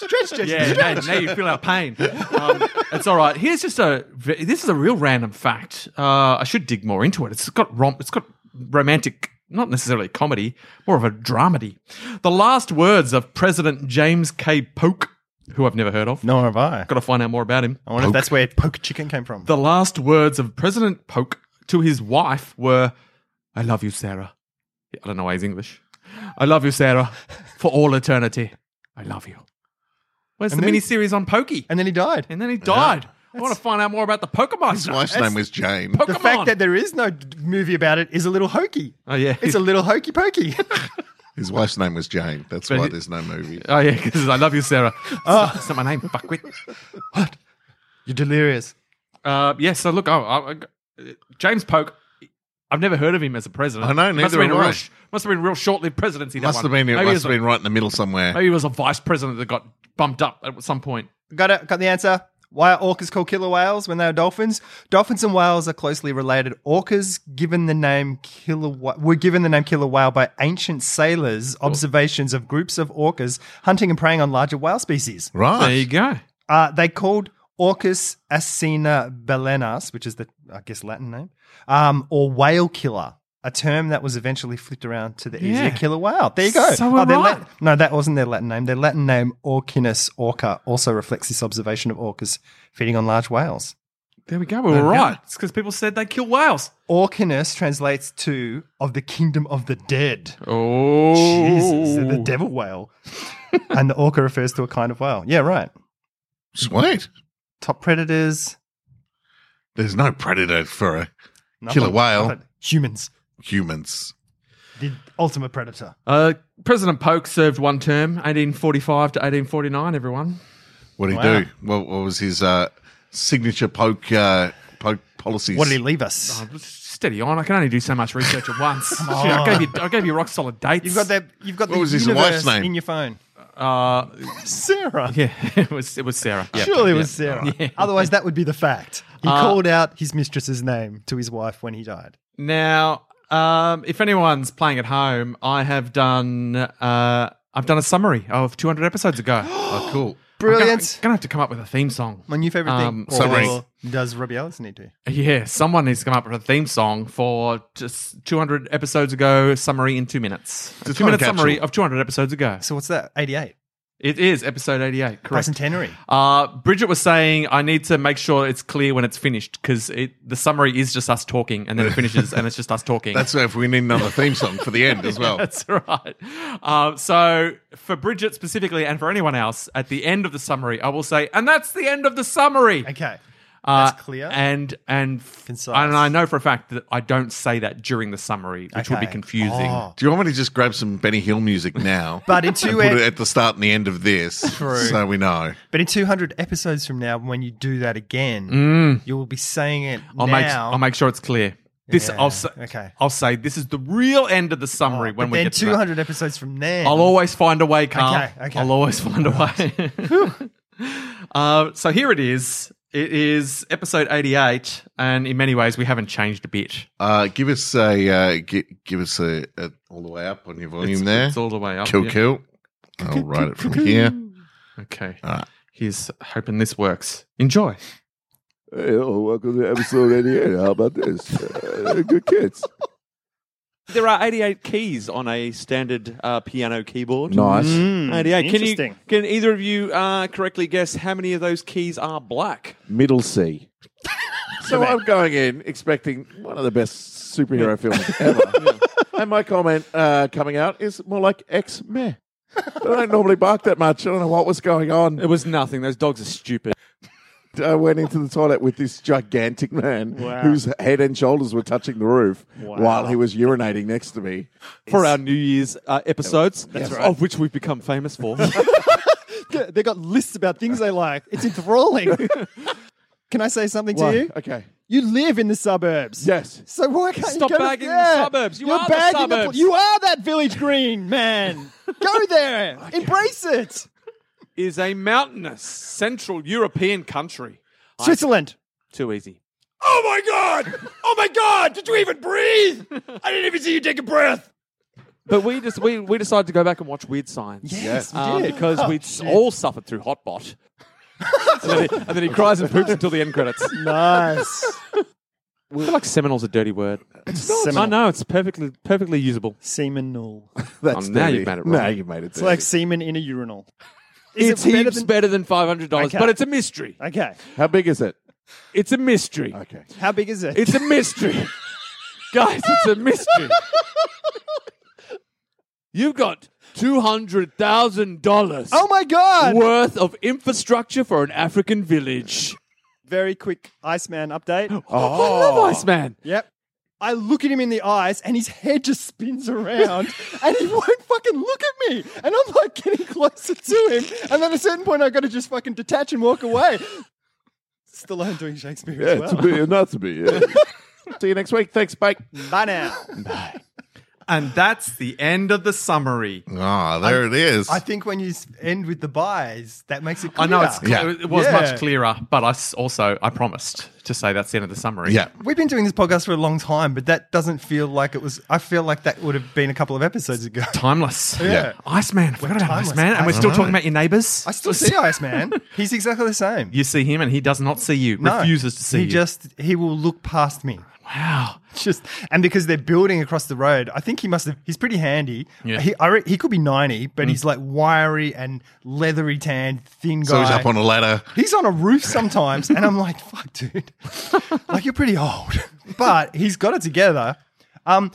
Speaker 3: Stretch, stretch,
Speaker 4: yeah, now, now you feel our pain. Um, it's all right. Here's just a. This is a real random fact. Uh, I should dig more into it. It's got romp. It's got romantic, not necessarily comedy, more of a dramedy. The last words of President James K. Polk, who I've never heard of.
Speaker 3: <laughs> Nor have I.
Speaker 4: Got to find out more about him.
Speaker 3: I wonder if that's where poke chicken came from.
Speaker 4: The last words of President Polk to his wife were, "I love you, Sarah." I don't know why he's English. I love you, Sarah, for all eternity. I love you. Where's
Speaker 3: And
Speaker 4: the
Speaker 3: then-
Speaker 4: mini series on Pokey?
Speaker 3: and then he died.
Speaker 4: And then he died. I want to find out more about the Pokemon.
Speaker 5: His
Speaker 4: stuff.
Speaker 5: wife's name was Jane.
Speaker 4: Pokemon.
Speaker 3: the fact that there is no d- movie about it is a little <laughs> hokey.
Speaker 4: oh yeah,
Speaker 3: It's a little hokey pokey. <laughs>
Speaker 5: His wife's name was Jane. That's
Speaker 4: But
Speaker 5: why
Speaker 4: he-
Speaker 5: there's no movie.
Speaker 4: <laughs> oh yeah, because I love you,
Speaker 5: <laughs>
Speaker 4: Sarah.
Speaker 5: Uh.
Speaker 4: oh. It's not my name. Fuckwit.
Speaker 3: You're delirious.
Speaker 4: Uh, yeah. So look, I, I, I- James Polk. I've never heard of him as a president.
Speaker 5: I know,
Speaker 4: He must
Speaker 5: neither
Speaker 4: have been
Speaker 5: have
Speaker 4: a
Speaker 5: I.
Speaker 4: real, sh- must have been a real short-lived presidency. that
Speaker 5: Must
Speaker 4: one.
Speaker 5: have been. It
Speaker 4: Maybe he
Speaker 5: must
Speaker 4: was
Speaker 5: have
Speaker 4: a-
Speaker 5: been right in the middle somewhere.
Speaker 4: Maybe he was a vice president that got bumped up at some point.
Speaker 3: Got it. Got the answer. Why are orcas called killer whales when they are dolphins? Dolphins and whales are closely related. Orcas, given the name killer, wh- were given the name killer whale by ancient sailors' observations of groups of orcas hunting and preying on larger whale species.
Speaker 5: Right.
Speaker 4: There you go.
Speaker 3: Uh, they called Orcus ascina balenas, which is the I guess Latin name, um, or whale killer, a term that was eventually flipped around to the easier
Speaker 4: Yeah.
Speaker 3: killer whale. There you go.
Speaker 4: So we're
Speaker 3: their
Speaker 4: right.
Speaker 3: Lat- no, that wasn't their Latin name. Their Latin name Orcinus orca also reflects this observation of orcas feeding on large whales.
Speaker 4: There we go. We were
Speaker 5: we go.
Speaker 4: right. It's because people said they kill whales.
Speaker 3: Orcinus translates to of the kingdom of the dead.
Speaker 4: Oh,
Speaker 3: Jesus, the devil whale. and the orca refers to a kind of whale. Yeah, right.
Speaker 5: Sweet.
Speaker 3: Top predators.
Speaker 5: There's no predator for uh,
Speaker 3: nothing-
Speaker 5: Killer whale.
Speaker 3: nothing. Humans.
Speaker 5: humans.
Speaker 3: the ultimate predator.
Speaker 4: Uh, President Polk served one term, 1845 to 1849. Everyone.
Speaker 5: What did he
Speaker 3: Wow.
Speaker 5: do? What, what was his uh, signature poke uh, poke policies?
Speaker 3: What did he leave us?
Speaker 4: Oh, steady on. I can only do so much research at once. I gave you, I gave you rock solid dates.
Speaker 3: You've got that. You've got
Speaker 5: What
Speaker 3: the
Speaker 5: was his
Speaker 3: universe
Speaker 5: wife's name?
Speaker 3: in your phone.
Speaker 4: Uh,
Speaker 3: <laughs> Sarah.
Speaker 4: <laughs> yeah, it was it was Sarah. Yeah.
Speaker 3: Surely it
Speaker 4: Yeah. Uh,
Speaker 3: was Sarah. <laughs> Otherwise, that would be the fact. He called out his mistress's name to his wife when he died.
Speaker 4: Now, um, if anyone's playing at home, I have done uh, I've done a summary of 200
Speaker 3: <gasps>
Speaker 4: episodes ago. oh, cool.
Speaker 3: Brilliant.
Speaker 4: I'm going to have to come up with a theme song.
Speaker 3: My new favorite
Speaker 4: Um,
Speaker 3: thing.
Speaker 5: summary.
Speaker 3: Or does Robbie Ellis need to?
Speaker 4: Yeah, someone needs to come up with a theme song for just 200 episodes ago summary in two minutes.
Speaker 5: It's a
Speaker 4: a two minute
Speaker 5: time
Speaker 4: summary
Speaker 5: capsule.
Speaker 4: of 200 episodes ago.
Speaker 3: So what's that? 88.
Speaker 4: It is episode 88, correct.
Speaker 3: Bicentenary.
Speaker 4: <laughs> Uh, Bridget was saying I need to make sure it's clear when it's finished because the summary is just us talking and then it finishes and it's just us talking.
Speaker 5: <laughs> That's if we need another theme song for the end as well.
Speaker 4: <laughs> That's right. Um, so, for Bridget specifically, and for anyone else, at the end of the summary, I will say, and that's the end of the summary.
Speaker 3: Okay.
Speaker 4: Uh,
Speaker 3: that's clear.
Speaker 4: And and f-
Speaker 3: Concise.
Speaker 4: and I know for a fact that I don't say that during the summary, which would be
Speaker 3: Okay.
Speaker 4: confusing.
Speaker 3: Oh.
Speaker 5: Do you want me to just grab some Benny Hill music now?
Speaker 3: <laughs> But
Speaker 4: <laughs>
Speaker 3: in two
Speaker 5: and put
Speaker 3: e-
Speaker 5: it at the start and the end of this,
Speaker 3: True.
Speaker 5: so we know.
Speaker 3: But in 200 episodes from now, when you do that again, you will be saying it
Speaker 4: Mm. I'll
Speaker 3: now.
Speaker 4: make I'll make sure it's clear. This
Speaker 3: Yeah,
Speaker 4: I'll say,
Speaker 3: okay.
Speaker 4: I'll say this is the real end of the summary when
Speaker 3: but
Speaker 4: we
Speaker 3: then
Speaker 4: get to that.
Speaker 3: 200 episodes from then.
Speaker 4: I'll always find a way, Carl.
Speaker 3: Okay, okay.
Speaker 4: I'll always find a way. <laughs> uh, so here it is. It is episode 88, and in many ways, we haven't changed a bit.
Speaker 5: Uh, give us a uh, gi- give us a, a all the way up on your volume there.
Speaker 4: It's all the way up.
Speaker 5: cool,
Speaker 4: yeah.
Speaker 5: cool. I'll write it from here.
Speaker 4: Okay.
Speaker 5: All right.
Speaker 4: Here's hoping this works. Enjoy.
Speaker 7: Hey, oh, welcome to episode 88. How about this? Uh, good kids.
Speaker 8: There are 88 keys on a standard uh, piano keyboard.
Speaker 7: Nice.
Speaker 8: 88. Can you?
Speaker 2: interesting.
Speaker 8: Can either of you uh, correctly guess how many of those keys are black?
Speaker 7: Middle C. <laughs> So I'm going in expecting one of the best superhero films <laughs> ever. And my comment uh, coming out is more like X Meh. I don't normally bark that much. I don't know what was going
Speaker 8: It
Speaker 7: on.
Speaker 8: was nothing. Those dogs are stupid.
Speaker 7: I Uh, went into the toilet with this gigantic man whose head and shoulders were touching the roof while he was urinating next to me.
Speaker 8: For our New Year's uh, episodes, of which we've become
Speaker 4: <laughs>
Speaker 8: famous for.
Speaker 9: They got lists about things they like. It's enthralling. <laughs> Can I say something
Speaker 7: Why?
Speaker 9: to you?
Speaker 7: Okay.
Speaker 9: You live in the suburbs.
Speaker 7: Yes.
Speaker 9: So why can't
Speaker 8: Stop
Speaker 9: you go
Speaker 8: bagging
Speaker 9: to,
Speaker 8: the suburbs. You
Speaker 9: You're
Speaker 8: are the
Speaker 9: bagging pl-
Speaker 8: suburbs.
Speaker 9: you are that village green man. go there. Embrace it.
Speaker 8: is a mountainous Central European country.
Speaker 9: Switzerland.
Speaker 8: Too easy.
Speaker 9: Oh my god. Oh my god. Did you even breathe? I didn't even see you take a breath.
Speaker 8: But we just we, we decided to go back and watch Weird Science.
Speaker 9: Yes,
Speaker 8: Uh,
Speaker 9: we did. Oh,
Speaker 8: because we all suffered through Hotbot. and, then he, and then he cries and poops until the end credits.
Speaker 9: <laughs> Nice.
Speaker 8: I feel like seminal's a dirty word. I
Speaker 9: Seminal.
Speaker 8: know it's perfectly perfectly usable.
Speaker 9: Seminal.
Speaker 7: That's
Speaker 8: Oh, now
Speaker 7: dirty.
Speaker 8: you've made it
Speaker 7: Now
Speaker 8: wrong.
Speaker 7: you've made it.
Speaker 9: It's like semen in a urinal.
Speaker 8: it's heaps better than, five hundred dollars,
Speaker 9: Okay.
Speaker 8: but it's a mystery.
Speaker 9: Okay.
Speaker 7: How big is it?
Speaker 8: It's a mystery.
Speaker 7: Okay.
Speaker 9: How big is it?
Speaker 8: It's a mystery, guys. It's a mystery. You've got two hundred thousand dollars
Speaker 9: oh my god.
Speaker 8: worth of infrastructure for an African village.
Speaker 9: Very quick Iceman update.
Speaker 8: I love Iceman.
Speaker 9: Yep. I look at him in the eyes and his head just spins around
Speaker 4: <laughs>
Speaker 9: and he won't fucking look at me. And I'm like getting closer to him. And at a certain point, I've got to just fucking detach and walk away. Stallone doing Shakespeare
Speaker 7: Yeah,
Speaker 9: as
Speaker 7: it's a
Speaker 9: well.
Speaker 7: bit, not to be. Yeah. See you next week. Thanks, Mike.
Speaker 9: Bye now.
Speaker 4: And that's the end of the summary.
Speaker 5: <laughs> Ah, there it is.
Speaker 3: I think when you s- end with the buys, that makes it
Speaker 4: I
Speaker 3: clear.
Speaker 4: know it's
Speaker 5: Yeah.
Speaker 4: clear, it was
Speaker 3: Yeah.
Speaker 4: much clearer, but I s- also I promised to say that's the end of the summary.
Speaker 5: yeah.
Speaker 3: We've been doing this podcast for a long time, but that doesn't feel like it was. I feel like that would have been a couple of episodes
Speaker 9: <laughs>
Speaker 3: ago.
Speaker 4: Timeless.
Speaker 5: Yeah.
Speaker 4: Iceman. I forgot about
Speaker 3: timeless.
Speaker 4: Iceman. And we're still talking about your neighbors.
Speaker 3: I still see <laughs> Iceman. He's exactly the same.
Speaker 4: You see him and he does not see you,
Speaker 3: No.
Speaker 4: refuses to see
Speaker 3: he
Speaker 4: you.
Speaker 3: just he will look past me.
Speaker 4: wow.
Speaker 3: <laughs> Just and because they're building across the road, I think he must have. He's pretty handy.
Speaker 4: Yeah.
Speaker 3: He I re- he could be ninety,
Speaker 5: Mm.
Speaker 3: but he's like wiry and leathery tanned, thin guy.
Speaker 5: So he's up on a ladder.
Speaker 3: He's on a roof sometimes, and I'm like, fuck, dude. like, you're pretty old. <laughs> But he's got it together. Um,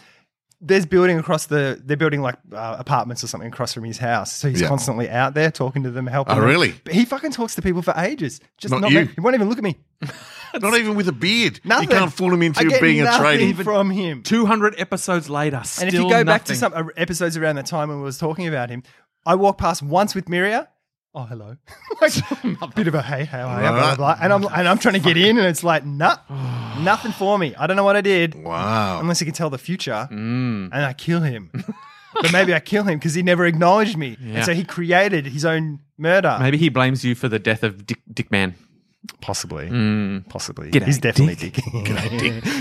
Speaker 3: there's building across the, they're building like uh, apartments or something across from his house. So he's
Speaker 5: Yeah.
Speaker 3: constantly out there talking to them, helping
Speaker 5: Oh,
Speaker 3: them.
Speaker 5: really?
Speaker 3: But he fucking talks to people for ages. Just
Speaker 5: Not
Speaker 3: not,
Speaker 5: you.
Speaker 3: he won't even look at me.
Speaker 5: Not even with a beard.
Speaker 3: Nothing.
Speaker 5: You can't fool him
Speaker 3: I
Speaker 5: into
Speaker 3: get
Speaker 5: being a
Speaker 3: nothing
Speaker 5: tradie.
Speaker 3: from him.
Speaker 4: 200 episodes later, still
Speaker 3: And if you go back to
Speaker 4: nothing.
Speaker 3: some uh, episodes around that time when we was talking about him, I walked past once with Miria. Oh, hello. <laughs>
Speaker 4: <laughs>
Speaker 3: like, a bit of a hey, how are you? Blah, blah, blah. And I'm and I'm trying to get in, and it's like, nah,
Speaker 4: <sighs>
Speaker 3: nothing for me. I don't know what I did,
Speaker 5: Wow.
Speaker 3: unless he can tell the future,
Speaker 4: Mm.
Speaker 3: and I kill
Speaker 4: <laughs>
Speaker 3: him. but maybe I kill him because he never acknowledged me,
Speaker 4: Yeah.
Speaker 3: and so he created his own murder.
Speaker 4: Maybe he blames you for the death of Dick, Dick Man.
Speaker 3: Possibly,
Speaker 4: Mm.
Speaker 3: possibly.
Speaker 4: G'day,
Speaker 3: He's definitely Dick.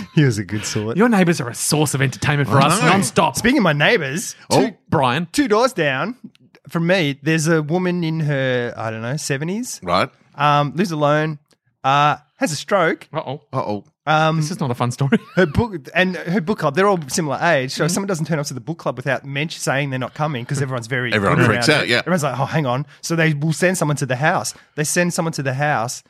Speaker 3: <laughs> he was a good
Speaker 4: <laughs>
Speaker 3: sort.
Speaker 4: Your neighbors are a source of entertainment for us
Speaker 5: I know.
Speaker 4: non-stop.
Speaker 3: Oh. Speaking of my neighbours,
Speaker 4: oh, Brian.
Speaker 3: two doors down, for me, there's a woman in her, I don't know, 70s,
Speaker 5: Right?
Speaker 3: um, lives alone, uh, has a stroke.
Speaker 4: Uh oh.
Speaker 5: Uh oh.
Speaker 3: Um,
Speaker 4: This is not a fun story. <laughs>
Speaker 3: her book and her book club, they're all similar age.
Speaker 5: Mm-hmm.
Speaker 3: So if someone doesn't turn up to the book club without mention saying they're not coming because everyone's very
Speaker 5: Everyone
Speaker 3: good
Speaker 5: freaks
Speaker 3: around
Speaker 5: out,
Speaker 3: it.
Speaker 5: yeah.
Speaker 3: Everyone's like, oh, hang on. So they will send someone to the house. They send someone to the house.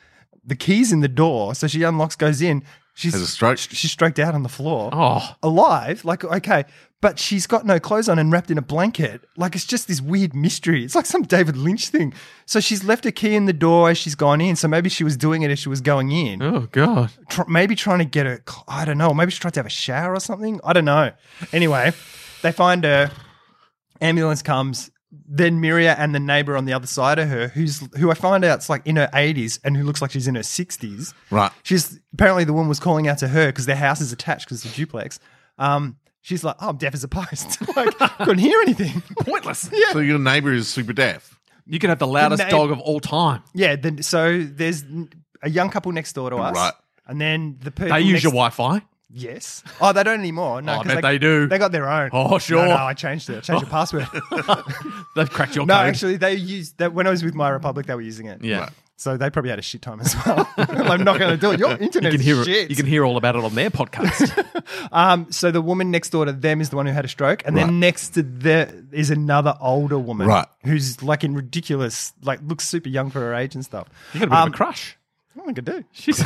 Speaker 3: The key's in the door. So she unlocks, goes in. She's
Speaker 5: Has a stroke.
Speaker 3: sh- She's stroked out on the floor.
Speaker 4: Oh.
Speaker 3: Alive. Like, okay. But she's got no clothes on and wrapped in a blanket. Like, it's just this weird mystery. It's like some David Lynch thing. So she's left a key in the door as she's gone in. So maybe she was doing it as she was going in
Speaker 4: Oh god.
Speaker 3: tr- maybe trying to get her. cl- I don't know. Maybe she tried to have a shower or something. I don't know. Anyway, they find her. Ambulance comes. Then Miria and the neighbor on the other side of her, who's who I find out's like in her eighties and who looks like she's in her sixties.
Speaker 5: Right.
Speaker 3: She's apparently the woman was calling out to her because their house is attached because it's a duplex. Um, she's like, "Oh, I'm deaf as a post. <laughs> like, couldn't hear anything." <laughs>
Speaker 4: Pointless.
Speaker 5: So your neighbor is super deaf.
Speaker 4: You could have the loudest
Speaker 3: name-
Speaker 4: dog of all time.
Speaker 3: yeah. Then so there's a young couple next door to us,
Speaker 5: Right.
Speaker 3: And then the person
Speaker 4: They use your
Speaker 3: next-
Speaker 4: Wi-Fi.
Speaker 3: Yes. <laughs> Oh, they don't anymore. No,
Speaker 4: Oh, I
Speaker 3: 'cause
Speaker 4: bet they do.
Speaker 3: They got their own.
Speaker 4: Oh, sure.
Speaker 3: No, no, I changed it. I
Speaker 4: <laughs>
Speaker 3: changed the password.
Speaker 4: They've cracked
Speaker 3: <laughs>
Speaker 4: your
Speaker 3: no,
Speaker 4: code.
Speaker 3: actually, they used that when I was with My Republic. They were using it.
Speaker 4: yeah.
Speaker 3: So they probably had a shit time as well. <laughs> I'm not going to do it. Your
Speaker 4: <laughs> You
Speaker 3: internet
Speaker 4: can
Speaker 3: is
Speaker 4: hear
Speaker 3: shit.
Speaker 4: you can hear all about it on
Speaker 3: <laughs>
Speaker 4: their podcast.
Speaker 3: um, so the woman next door to them is the one who had a stroke, and then next to there is another older woman,
Speaker 5: Right.
Speaker 3: Who's like in ridiculous, like looks super young for her age and stuff.
Speaker 4: you got a bit
Speaker 3: Um,
Speaker 4: of a crush.
Speaker 3: I think I do.
Speaker 4: <laughs>
Speaker 3: She's,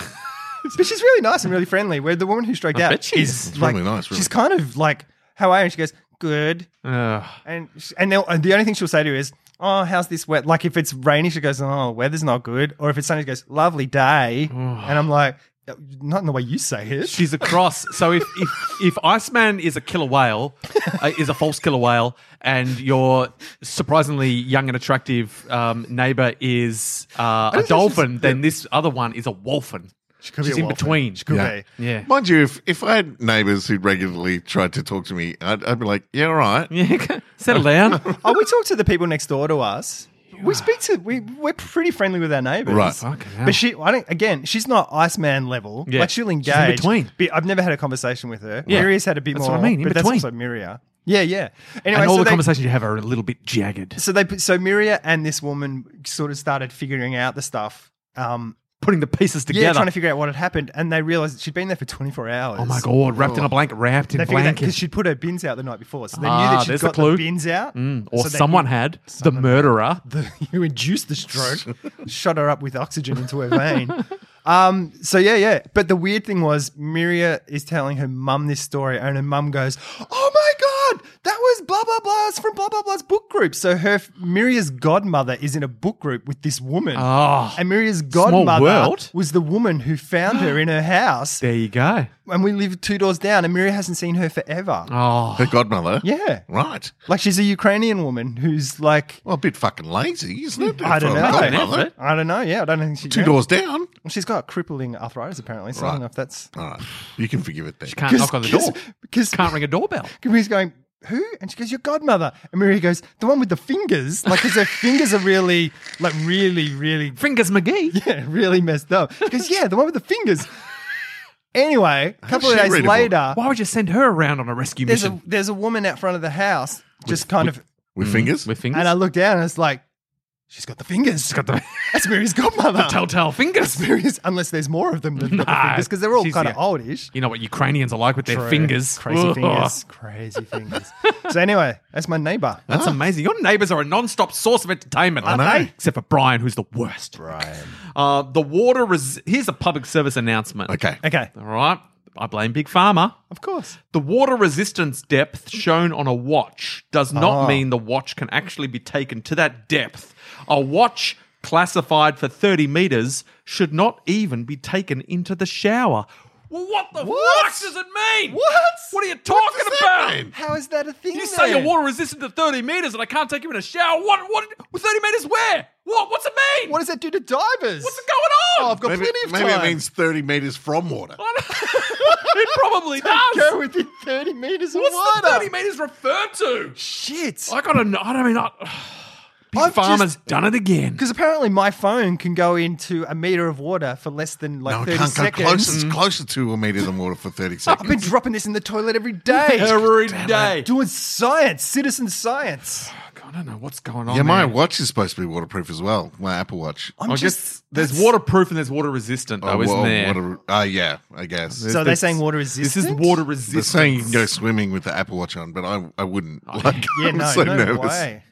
Speaker 3: but she's really nice and really friendly. Where the woman who stroked
Speaker 4: I
Speaker 3: out
Speaker 4: bet she
Speaker 3: is
Speaker 4: is.
Speaker 3: like,
Speaker 5: really nice, really.
Speaker 3: she's kind of like, "How are you?" And she goes, "Good."
Speaker 4: Ugh.
Speaker 3: And sh- and, they'll- and the only thing she'll say to you is, "Oh, how's this wet?" Like if it's rainy, she goes, "Oh, weather's not good." Or if it's sunny, she goes, "Lovely day." and I'm like, "Uh, "Not in the way you say it."
Speaker 4: She's a cross. So if if, if Iceman is a killer whale, uh, is a false killer whale, and your surprisingly young and attractive um, neighbor is uh, a dolphin, then this other one is a wolfen. She
Speaker 3: could be
Speaker 4: She's
Speaker 3: a
Speaker 4: in
Speaker 3: wolfen.
Speaker 4: between.
Speaker 3: She could
Speaker 5: Yeah.
Speaker 3: be.
Speaker 4: yeah.
Speaker 5: Mind you, if, if I had neighbors who regularly tried to talk to me, I'd, I'd be like, yeah, all right.
Speaker 4: Yeah. <laughs> Settle down.
Speaker 3: <laughs> Oh, we talk to the people next door to us. We speak to we we're pretty friendly with our neighbors,
Speaker 5: Right.
Speaker 4: Fucking hell.
Speaker 3: But she, I don't. Again, she's not Iceman level.
Speaker 4: Yeah.
Speaker 3: Like she'll
Speaker 4: She's in
Speaker 3: engage.
Speaker 4: between.
Speaker 3: But I've never had a conversation with her.
Speaker 4: Yeah.
Speaker 3: Miria's had a bit
Speaker 4: That's
Speaker 3: more.
Speaker 4: what I mean, in
Speaker 3: but
Speaker 4: between.
Speaker 3: that's also Miria. Yeah, yeah. Anyway,
Speaker 4: and
Speaker 3: so
Speaker 4: all the
Speaker 3: they-
Speaker 4: conversations you have are a little bit jagged.
Speaker 3: So they put- so Miria and this woman sort of started figuring out the stuff. Um,
Speaker 4: Putting the pieces
Speaker 3: yeah,
Speaker 4: together.
Speaker 3: trying to figure out what had happened, and they realized she'd been there for 24 hours.
Speaker 4: oh my god, wrapped in a blanket, wrapped in
Speaker 3: They figured that because
Speaker 4: blankets.
Speaker 3: she'd put her bins out the night before, so they
Speaker 4: Ah,
Speaker 3: knew that she'd
Speaker 4: there's the
Speaker 3: got the,
Speaker 4: clue.
Speaker 3: bins out,
Speaker 4: Mm, or
Speaker 3: So they
Speaker 4: someone
Speaker 3: knew- <laughs>
Speaker 4: had the murderer.
Speaker 3: the, who induced the stroke <laughs> shot her up with oxygen into her
Speaker 4: <laughs>
Speaker 3: vein. Um, so yeah, yeah. But the weird thing was Miria is telling her mum this story, and her mum goes, "Oh my god, that was blah blah blah's from blah blah blah's book group." So her Miria's godmother is in a book group with this woman,
Speaker 4: Oh,
Speaker 3: and Miria's
Speaker 4: Small
Speaker 3: godmother
Speaker 4: world.
Speaker 3: was the woman who found her in her house,
Speaker 4: there you go.
Speaker 3: and we live two doors down, and Miria hasn't seen her forever.
Speaker 4: Oh,
Speaker 5: Her godmother.
Speaker 3: Yeah,
Speaker 5: Right.
Speaker 3: like she's a Ukrainian woman who's like.
Speaker 5: Well, a bit fucking lazy, isn't it?
Speaker 3: I don't
Speaker 5: For a
Speaker 3: know.
Speaker 5: godmother.
Speaker 3: I don't know. Yeah, I don't think she.
Speaker 5: Two
Speaker 3: yeah.
Speaker 5: doors down.
Speaker 3: Well, she's got crippling arthritis apparently, so I
Speaker 5: Right.
Speaker 3: don't know if that's
Speaker 5: All right. You can forgive it then.
Speaker 4: she can't knock on the door.
Speaker 3: because
Speaker 4: Can't ring a doorbell.
Speaker 3: Camille's going who and she goes your godmother and Maria goes the one with the fingers like
Speaker 5: <laughs>
Speaker 3: because her fingers are really like really really <laughs>
Speaker 4: Fingers McGee.
Speaker 3: yeah, really messed up she goes yeah the one with the fingers anyway a couple of
Speaker 5: she
Speaker 3: days
Speaker 5: readable?
Speaker 3: later
Speaker 4: Why would you send her around on a rescue
Speaker 3: there's
Speaker 4: mission
Speaker 3: a there's a woman out front of the house just kind of
Speaker 5: With fingers?
Speaker 4: with fingers?
Speaker 3: and I look down and it's like she's got the fingers she's got the that's Maria's godmother <laughs>
Speaker 4: Telltale fingers.
Speaker 3: Maria's, unless there's more of them than the
Speaker 4: Nah,
Speaker 3: fingers because they're all
Speaker 4: she's
Speaker 3: kind of
Speaker 4: the-
Speaker 3: oldish
Speaker 4: You know what Ukrainians are like with their
Speaker 3: True.
Speaker 4: fingers.
Speaker 3: Crazy
Speaker 4: Ugh.
Speaker 3: fingers. Crazy fingers. so anyway, that's my neighbor.
Speaker 4: That's amazing. Your neighbors are a non-stop source of entertainment, aren't
Speaker 5: I know.
Speaker 4: they? Except for Brian, who's the worst.
Speaker 3: Brian.
Speaker 4: Uh, the water. Res- Here's a public service announcement.
Speaker 5: Okay.
Speaker 3: Okay.
Speaker 4: All right. I blame Big Pharma.
Speaker 3: Of course.
Speaker 4: The water resistance depth shown on a watch does
Speaker 3: Ah.
Speaker 4: not mean the watch can actually be taken to that depth. A watch classified for 30 meters should not even be taken into the shower. Well, what the fuck does it mean?
Speaker 3: What?
Speaker 4: What are you talking about?
Speaker 3: How is that a thing?
Speaker 4: You say you're
Speaker 3: then?
Speaker 4: water resistant to 30 meters and I can't take you in a shower. What? What? 30 meters where? What? What's it mean?
Speaker 3: What does that do to divers?
Speaker 4: What's going on?
Speaker 3: Oh, I've got
Speaker 5: Maybe,
Speaker 3: plenty of
Speaker 5: maybe
Speaker 3: time.
Speaker 5: it means 30 meters from water.
Speaker 4: it
Speaker 3: <laughs>
Speaker 4: probably
Speaker 3: go
Speaker 4: does.
Speaker 3: within thirty meters of
Speaker 4: What's
Speaker 3: water.
Speaker 4: the 30 meters referred to?
Speaker 3: Shit.
Speaker 4: I gotta know. I mean, I, Big
Speaker 3: I've
Speaker 4: Farmer's
Speaker 3: just-
Speaker 4: done it again. <laughs>
Speaker 3: Because apparently my phone can go into a meter of water for less than like
Speaker 5: No, it
Speaker 3: thirty
Speaker 5: can't go
Speaker 3: seconds.
Speaker 5: closer, closer to a meter than water for 30
Speaker 3: I've been
Speaker 5: seconds.
Speaker 3: dropping this in the toilet every day.
Speaker 4: Every day.
Speaker 3: Doing science, citizen science.
Speaker 4: I don't know what's going on.
Speaker 5: yeah, my
Speaker 4: there.
Speaker 5: watch is supposed to be waterproof as well. My Apple Watch.
Speaker 4: I guess there's waterproof and there's water resistant, though, Oh, isn't
Speaker 5: wa-
Speaker 4: there?
Speaker 5: Oh, water- ah, yeah, I guess.
Speaker 3: So they're saying water
Speaker 4: This
Speaker 3: resistant.
Speaker 4: is water
Speaker 5: They're
Speaker 4: resistant.
Speaker 5: saying you can go swimming with the Apple Watch on, but I, I wouldn't. Like,
Speaker 3: Yeah,
Speaker 5: I'm
Speaker 3: no,
Speaker 5: so
Speaker 3: no
Speaker 5: nervous.
Speaker 3: way.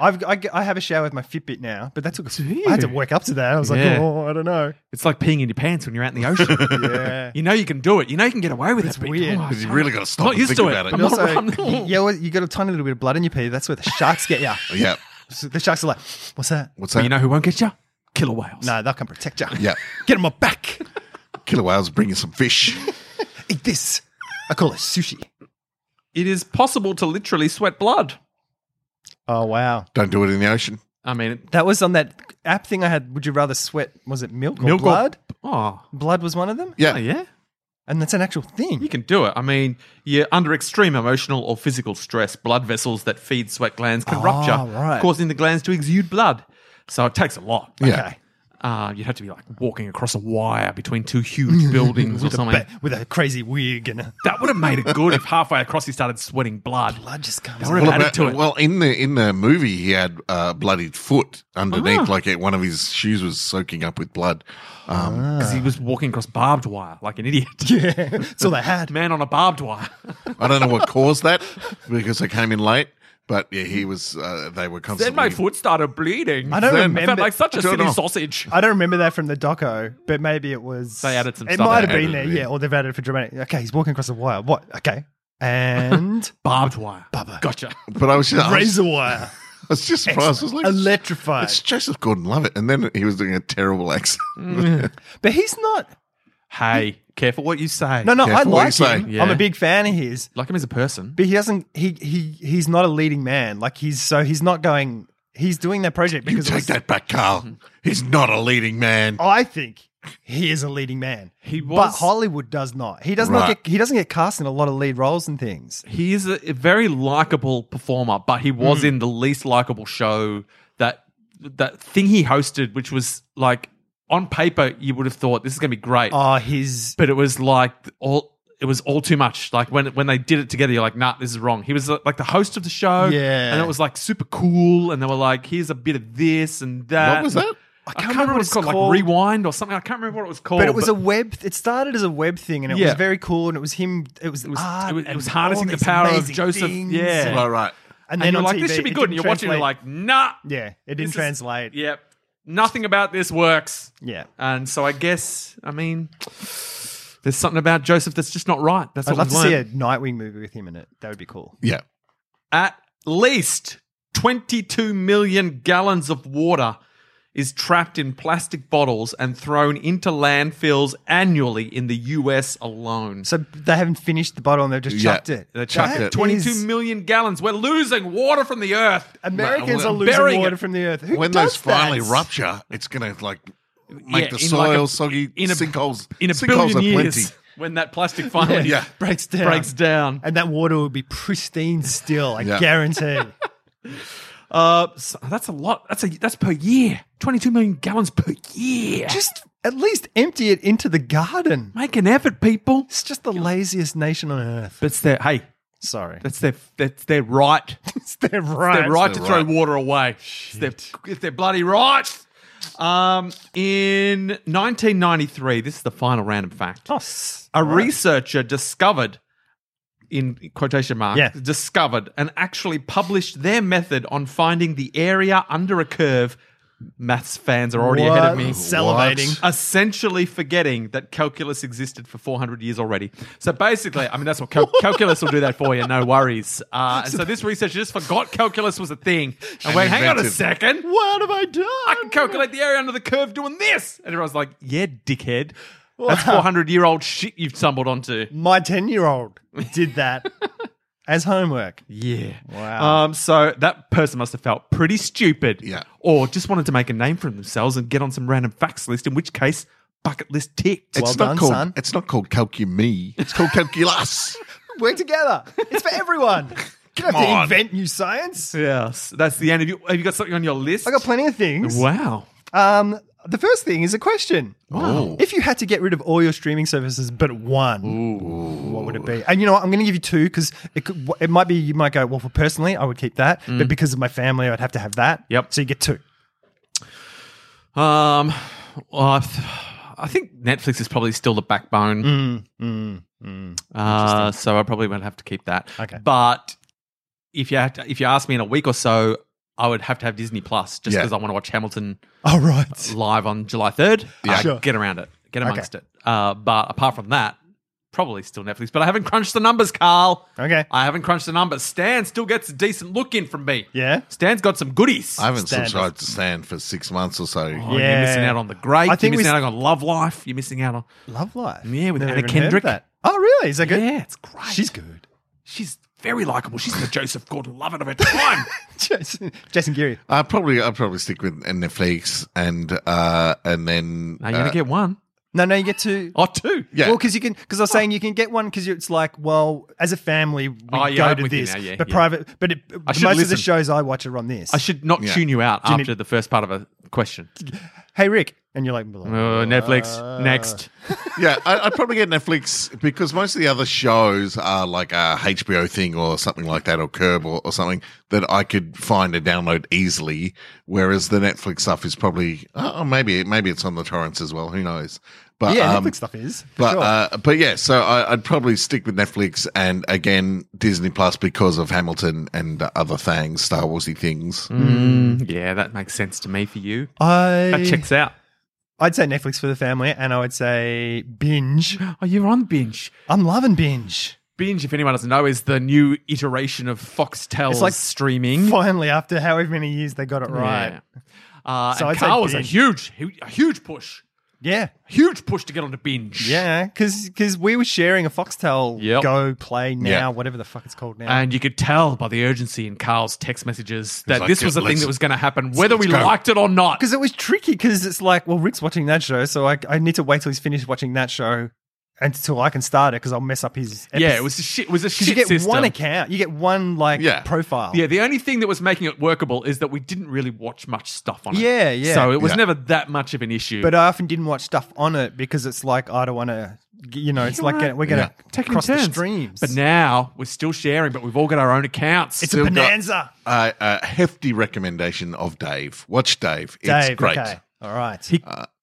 Speaker 3: I've, I, g- I have a shower with my Fitbit now, but that took.
Speaker 4: Do
Speaker 3: I had to
Speaker 4: you?
Speaker 3: work up to that. I was
Speaker 4: Yeah.
Speaker 3: like, oh, I don't know.
Speaker 4: It's like peeing in your pants when you're
Speaker 5: <laughs>
Speaker 4: out in the ocean.
Speaker 3: Yeah.
Speaker 4: You know you can do it. You know you can get away with it. but-
Speaker 3: weird.
Speaker 4: Oh,
Speaker 5: Because you really got to stop
Speaker 4: Not
Speaker 5: and
Speaker 4: used
Speaker 5: think
Speaker 4: to it.
Speaker 5: about it.
Speaker 4: I'm
Speaker 3: And
Speaker 4: not-
Speaker 3: also,
Speaker 4: I'm-
Speaker 3: yeah, well, you got a tiny little bit of blood in your pee. That's where the sharks get you.
Speaker 5: yeah.
Speaker 3: So the sharks are like, what's that?
Speaker 4: <laughs>
Speaker 5: What's
Speaker 4: but
Speaker 5: that?
Speaker 4: you know who won't get you? Killer whales.
Speaker 3: No, they'll come protect you.
Speaker 5: yeah.
Speaker 3: Get on my back.
Speaker 5: Killer whales bring you some fish.
Speaker 3: Eat this. I call it sushi.
Speaker 4: It is possible to literally sweat blood.
Speaker 3: Oh, wow.
Speaker 5: Don't do it in the ocean.
Speaker 4: I mean, it-
Speaker 3: That was on that app thing I had. Would you rather sweat? Was it milk or
Speaker 4: milk or-
Speaker 3: blood?
Speaker 4: Oh,
Speaker 3: Blood was one of them.
Speaker 5: Yeah.
Speaker 4: oh, yeah.
Speaker 3: And that's an actual
Speaker 4: You
Speaker 3: thing.
Speaker 4: can do it. I mean, you're under extreme emotional or physical stress. Blood vessels that feed sweat glands can
Speaker 3: Ah,
Speaker 4: rupture,
Speaker 3: right.
Speaker 4: causing the glands to exude blood. So it takes a lot.
Speaker 5: Yeah.
Speaker 3: Okay.
Speaker 4: Uh, you'd have to be like walking across a wire between
Speaker 3: <laughs>
Speaker 4: two huge buildings or something.
Speaker 3: But with a crazy wig and a
Speaker 4: That would have made it good if halfway across he started sweating blood.
Speaker 3: blood just comes.
Speaker 4: That would have
Speaker 5: Well,
Speaker 4: added to
Speaker 5: but-
Speaker 4: it.
Speaker 5: well, in the in the movie, he had a bloodied foot underneath,
Speaker 4: Oh.
Speaker 5: like it, one of his shoes was soaking up with blood. Um,
Speaker 4: because he was walking across barbed wire like an idiot.
Speaker 3: <laughs> Yeah, that's all they had.
Speaker 4: <laughs> Man on a
Speaker 3: <laughs>
Speaker 4: barbed wire.
Speaker 5: I don't know what
Speaker 4: <laughs>
Speaker 5: caused that because I came in late, but yeah, he was. Uh, they were constantly.
Speaker 4: then my foot started bleeding.
Speaker 3: I don't
Speaker 5: Then-
Speaker 4: I
Speaker 3: remember.
Speaker 4: felt like such a
Speaker 5: I don't
Speaker 4: silly
Speaker 5: know.
Speaker 4: sausage.
Speaker 3: I don't remember that from the doco, but maybe it was.
Speaker 4: They added some
Speaker 3: It
Speaker 4: stuff.
Speaker 3: might have
Speaker 5: They
Speaker 3: been there,
Speaker 5: added it.
Speaker 3: yeah. Or they've added it for dramatic. Okay, he's walking across the wire. What? Okay, and
Speaker 4: Barbed wire.
Speaker 3: Bubba.
Speaker 4: Gotcha.
Speaker 5: But I was just, I
Speaker 3: <laughs>
Speaker 5: was,
Speaker 3: razor wire,
Speaker 5: I was just surprised. I was like,
Speaker 3: electrified.
Speaker 5: it's Joseph Gordon-Levitt, and then he was doing a terrible accent.
Speaker 3: But he's not. <laughs>
Speaker 4: Hey, careful what you say.
Speaker 3: No, no, I
Speaker 5: Careful what
Speaker 3: like
Speaker 5: you say.
Speaker 3: him.
Speaker 4: Yeah.
Speaker 3: I'm a big fan of his.
Speaker 4: Like him as a person.
Speaker 3: But he doesn't. He he he's not a leading man. Like he's so he's not going. He's doing that project
Speaker 5: You
Speaker 3: because it
Speaker 5: take
Speaker 3: was-
Speaker 5: that back,
Speaker 4: Mm-hmm.
Speaker 5: Carl. He's not a leading man.
Speaker 3: I think he is a leading man.
Speaker 4: He
Speaker 3: but
Speaker 4: was-
Speaker 3: Hollywood does not. He does not
Speaker 5: Right.
Speaker 3: get. He doesn't get cast in a lot of lead roles and things.
Speaker 4: He is a, a very likable performer, but he
Speaker 3: Hmm.
Speaker 4: was in the least likable show that that thing he hosted, which was like on paper you would have thought this is going to be great,
Speaker 3: Oh, his
Speaker 4: but it was like all it was all too much. Like when when they did it together, you're like, nah, this is wrong. He was uh, like the host of the show,
Speaker 3: Yeah.
Speaker 4: and it was like super cool, and they were like, here's a bit of this and that.
Speaker 5: What was that?
Speaker 4: I
Speaker 3: can't remember what
Speaker 4: it's
Speaker 3: it's
Speaker 4: called,
Speaker 3: called.
Speaker 4: like Rewind or something. I can't remember what it was called.
Speaker 5: Oh,
Speaker 3: But it was a web. It started as a web thing, and it
Speaker 4: Yeah.
Speaker 3: was very cool. And it was him. It was it was,
Speaker 4: it was- it was harnessing the power of Joseph- yeah.
Speaker 5: Right, right.
Speaker 3: and
Speaker 4: and,
Speaker 3: then
Speaker 4: you're
Speaker 3: on
Speaker 4: like,
Speaker 3: TV,
Speaker 4: this should be
Speaker 3: it
Speaker 4: good. And
Speaker 3: didn't
Speaker 4: you're watching, you're
Speaker 3: translate.
Speaker 4: like, nah,
Speaker 3: yeah, it didn't
Speaker 4: this is-
Speaker 3: translate. yeah.
Speaker 4: yep, nothing about this works. And so I guess, I mean, there's something about Joseph that's just not right. That's
Speaker 3: I'd
Speaker 4: what
Speaker 3: love
Speaker 4: I've
Speaker 3: to see a
Speaker 4: learned.
Speaker 3: Nightwing movie with him in it. That would be cool.
Speaker 5: Yeah.
Speaker 4: At least 22 million gallons of water is trapped in plastic bottles and thrown into landfills annually in the US alone.
Speaker 3: So they haven't finished the bottle and they've just
Speaker 5: Yeah.
Speaker 3: chucked it.
Speaker 5: They chucked
Speaker 3: That
Speaker 5: it.
Speaker 4: 22
Speaker 3: is-
Speaker 4: million gallons. We're losing water from the earth.
Speaker 3: Americans
Speaker 5: Well,
Speaker 3: are losing
Speaker 4: burying
Speaker 3: water
Speaker 4: it.
Speaker 3: from the earth. Who
Speaker 5: when
Speaker 3: does
Speaker 5: those finally
Speaker 3: that?
Speaker 5: rupture, it's going to like make
Speaker 4: Yeah,
Speaker 5: the
Speaker 4: in like
Speaker 5: soil
Speaker 4: a-
Speaker 5: soggy.
Speaker 4: in a-
Speaker 5: sinkholes,
Speaker 4: In a
Speaker 5: sinkholes
Speaker 4: billion
Speaker 5: are
Speaker 4: years,
Speaker 5: plenty.
Speaker 4: when that plastic finally
Speaker 5: Yeah.
Speaker 3: breaks down,
Speaker 4: <laughs> breaks down.
Speaker 3: and that water will be pristine still. I
Speaker 5: Yeah.
Speaker 3: guarantee.
Speaker 5: <laughs>
Speaker 4: Uh, so that's a lot. That's a that's per year. 22 million gallons per year.
Speaker 3: just at least empty it into the garden.
Speaker 4: Make an effort, people.
Speaker 3: It's just the laziest nation on earth.
Speaker 4: But it's their hey,
Speaker 3: Sorry,
Speaker 4: that's their that's their right.
Speaker 3: <laughs> it's their
Speaker 4: It's
Speaker 3: right.
Speaker 4: their right to
Speaker 5: their
Speaker 4: throw
Speaker 5: right.
Speaker 4: water away. It's their, it's their bloody right. Um, in 1993, this is the final random
Speaker 5: Oh,
Speaker 4: fact.
Speaker 3: Us.
Speaker 4: a researcher discovered in quotation marks
Speaker 3: Yeah.
Speaker 4: discovered and actually published their method on finding the area under a curve maths fans are <laughs> already ahead of me
Speaker 3: Salivating.
Speaker 4: essentially forgetting that calculus existed for 400 years already so basically i mean that's what
Speaker 3: <laughs>
Speaker 4: cal- calculus will do that for you no worries uh, and so this researcher just forgot calculus was a thing and went hang on a
Speaker 5: invented-
Speaker 4: second
Speaker 3: What have I done?
Speaker 4: I can calculate the area under the curve doing this. And everyone's like, yeah, dickhead. That's 400 year old shit you've stumbled onto.
Speaker 3: My ten-year-old did
Speaker 4: <laughs>
Speaker 3: that as homework.
Speaker 4: Yeah.
Speaker 3: Wow.
Speaker 4: Um, so that person must have felt pretty stupid.
Speaker 5: Yeah.
Speaker 4: Or just wanted to make a name for themselves and get on some random facts list, in which case, bucket list ticked.
Speaker 5: It's
Speaker 3: Well
Speaker 5: not
Speaker 3: done,
Speaker 5: called.
Speaker 3: son.
Speaker 5: It's not called calcumi. It's called calculus.
Speaker 3: Work together. It's for
Speaker 4: <laughs>
Speaker 3: everyone. You don't have
Speaker 5: Come
Speaker 3: to
Speaker 5: on.
Speaker 3: invent new science.
Speaker 4: yes. That's the end. Have you, have you got something on your list?
Speaker 3: I got plenty of things.
Speaker 4: Wow.
Speaker 3: Um, the first thing is a question.
Speaker 5: Wow.
Speaker 3: If you had to get rid of all your streaming services but one, what would it be? And you know what? I'm going to give you two because it, could- it might be, you might go, well, for personally, I would keep that. But because of my family, I'd have to have that.
Speaker 4: Mm. Yep.
Speaker 3: So you get two.
Speaker 4: Um, well, I, th- I think Netflix is probably still the backbone.
Speaker 3: Mm,
Speaker 4: Uh, so I probably won't have to keep that.
Speaker 3: Okay.
Speaker 4: But if you had to, if you ask me in a week or so, I would have to have Disney Plus just
Speaker 5: Yeah.
Speaker 4: because I want to watch Hamilton
Speaker 3: All right.
Speaker 4: live on July third.
Speaker 5: Yeah.
Speaker 4: I
Speaker 5: Sure.
Speaker 4: get around it, get amongst it. Uh, but apart from that, probably still Netflix. But I haven't crunched the numbers, Carl.
Speaker 3: Okay.
Speaker 4: I haven't crunched the numbers. Stan still gets a decent look in from me.
Speaker 3: Yeah.
Speaker 4: Stan's got some goodies.
Speaker 5: I haven't
Speaker 3: Stan
Speaker 5: subscribed to Stan for six months or so.
Speaker 4: Oh,
Speaker 3: Yeah.
Speaker 4: You're missing out on the great.
Speaker 3: I think
Speaker 4: you're
Speaker 3: we
Speaker 4: missing
Speaker 3: s-
Speaker 4: out on Love Life. You're missing out on.
Speaker 3: Love Life.
Speaker 4: Yeah, with
Speaker 3: Never
Speaker 4: Anna
Speaker 3: even heard of
Speaker 4: Kendrick.
Speaker 3: that. Oh, really? Is that good?
Speaker 4: Yeah, it's great.
Speaker 3: She's good. <laughs>
Speaker 4: she's very likable. She's the Joseph Gordon-Levitt of
Speaker 3: <laughs>
Speaker 4: her time.
Speaker 3: Jason, Jason Geary.
Speaker 5: I probably I probably stick with Netflix and uh and then
Speaker 4: now you're
Speaker 5: uh,
Speaker 4: gonna get one
Speaker 3: No, no, you get two.
Speaker 4: or Oh, two.
Speaker 5: yeah.
Speaker 3: Well, because you can, because I was saying you can get one because it's like, well, as a family, we
Speaker 4: Oh, yeah,
Speaker 3: go
Speaker 4: I'm
Speaker 3: to
Speaker 4: with you
Speaker 3: this,
Speaker 4: now, yeah,
Speaker 3: but
Speaker 4: yeah.
Speaker 3: private, but it,
Speaker 4: I
Speaker 3: most
Speaker 4: should
Speaker 3: of the
Speaker 4: listen.
Speaker 3: shows I watch are on this.
Speaker 4: I should not
Speaker 5: Yeah.
Speaker 4: tune you out
Speaker 3: Do you
Speaker 4: after the first part of a question.
Speaker 3: hey, Rick, and you're like,
Speaker 4: Uh, Netflix
Speaker 3: Uh.
Speaker 4: next.
Speaker 5: yeah, I, I'd probably get Netflix because most of the other shows are like a HBO thing or something like that, or Curb or, or something that I could find and download easily. Whereas the Netflix stuff is probably, oh, maybe maybe it's on the torrents as well. Who knows? But
Speaker 3: yeah,
Speaker 5: um,
Speaker 3: Netflix stuff is. for
Speaker 5: But
Speaker 3: sure.
Speaker 5: uh, but yeah, so I, I'd probably stick with Netflix and again Disney Plus because of Hamilton and other things, Star Warsy things.
Speaker 3: Hmm.
Speaker 4: Mm, yeah, that makes sense to me for you. That
Speaker 3: I,
Speaker 4: checks out.
Speaker 3: I'd say Netflix for the family, and I would say binge.
Speaker 4: Oh, you're on binge.
Speaker 3: I'm loving binge.
Speaker 4: Binge, if anyone doesn't know, is the new iteration of Foxtel's
Speaker 3: It's like
Speaker 4: streaming.
Speaker 3: Finally, after however many years, they got it right.
Speaker 4: Yeah. Uh,
Speaker 3: So
Speaker 4: and
Speaker 3: I'd say
Speaker 4: Carl was a
Speaker 3: binge.
Speaker 4: huge, hu- a huge push,
Speaker 3: Yeah,
Speaker 4: huge push to get onto binge.
Speaker 3: yeah, because we were sharing a Foxtel
Speaker 4: Yep.
Speaker 3: Go Play now,
Speaker 5: Yeah.
Speaker 3: whatever the fuck it's called now.
Speaker 4: And you could tell by the urgency in Carl's text messages that
Speaker 5: like,
Speaker 4: this was
Speaker 5: "Good,
Speaker 4: a thing
Speaker 5: let's-
Speaker 4: that was going to happen, whether we
Speaker 5: go."
Speaker 4: liked it or not.
Speaker 3: because it was tricky because it's like, well, Rick's watching that show, so I, I need to wait till he's finished watching that show until I can start it because I'll mess up his.
Speaker 4: Yeah,
Speaker 3: episode.
Speaker 4: it was a shit. It was a shit
Speaker 3: you get
Speaker 4: system.
Speaker 3: one account, you get one like
Speaker 5: Yeah.
Speaker 3: profile.
Speaker 4: Yeah, the only thing that was making it workable is that we didn't really watch much stuff on it.
Speaker 3: Yeah, yeah.
Speaker 4: So it was
Speaker 5: Yeah.
Speaker 4: never that much of an issue.
Speaker 3: but uh, I often didn't watch stuff on it because it's like I don't want to, you know, it's
Speaker 4: You're
Speaker 3: like
Speaker 4: right.
Speaker 3: we're gonna
Speaker 5: Yeah.
Speaker 4: Taking
Speaker 3: cross the
Speaker 4: turns.
Speaker 3: streams.
Speaker 4: But now we're still sharing, but we've all got our own accounts.
Speaker 3: it's
Speaker 5: still
Speaker 3: a
Speaker 5: got-
Speaker 3: bonanza,
Speaker 5: uh, a hefty recommendation of Dave. Watch Dave. It's
Speaker 3: Dave.
Speaker 5: great.
Speaker 3: Okay, all right.
Speaker 4: he,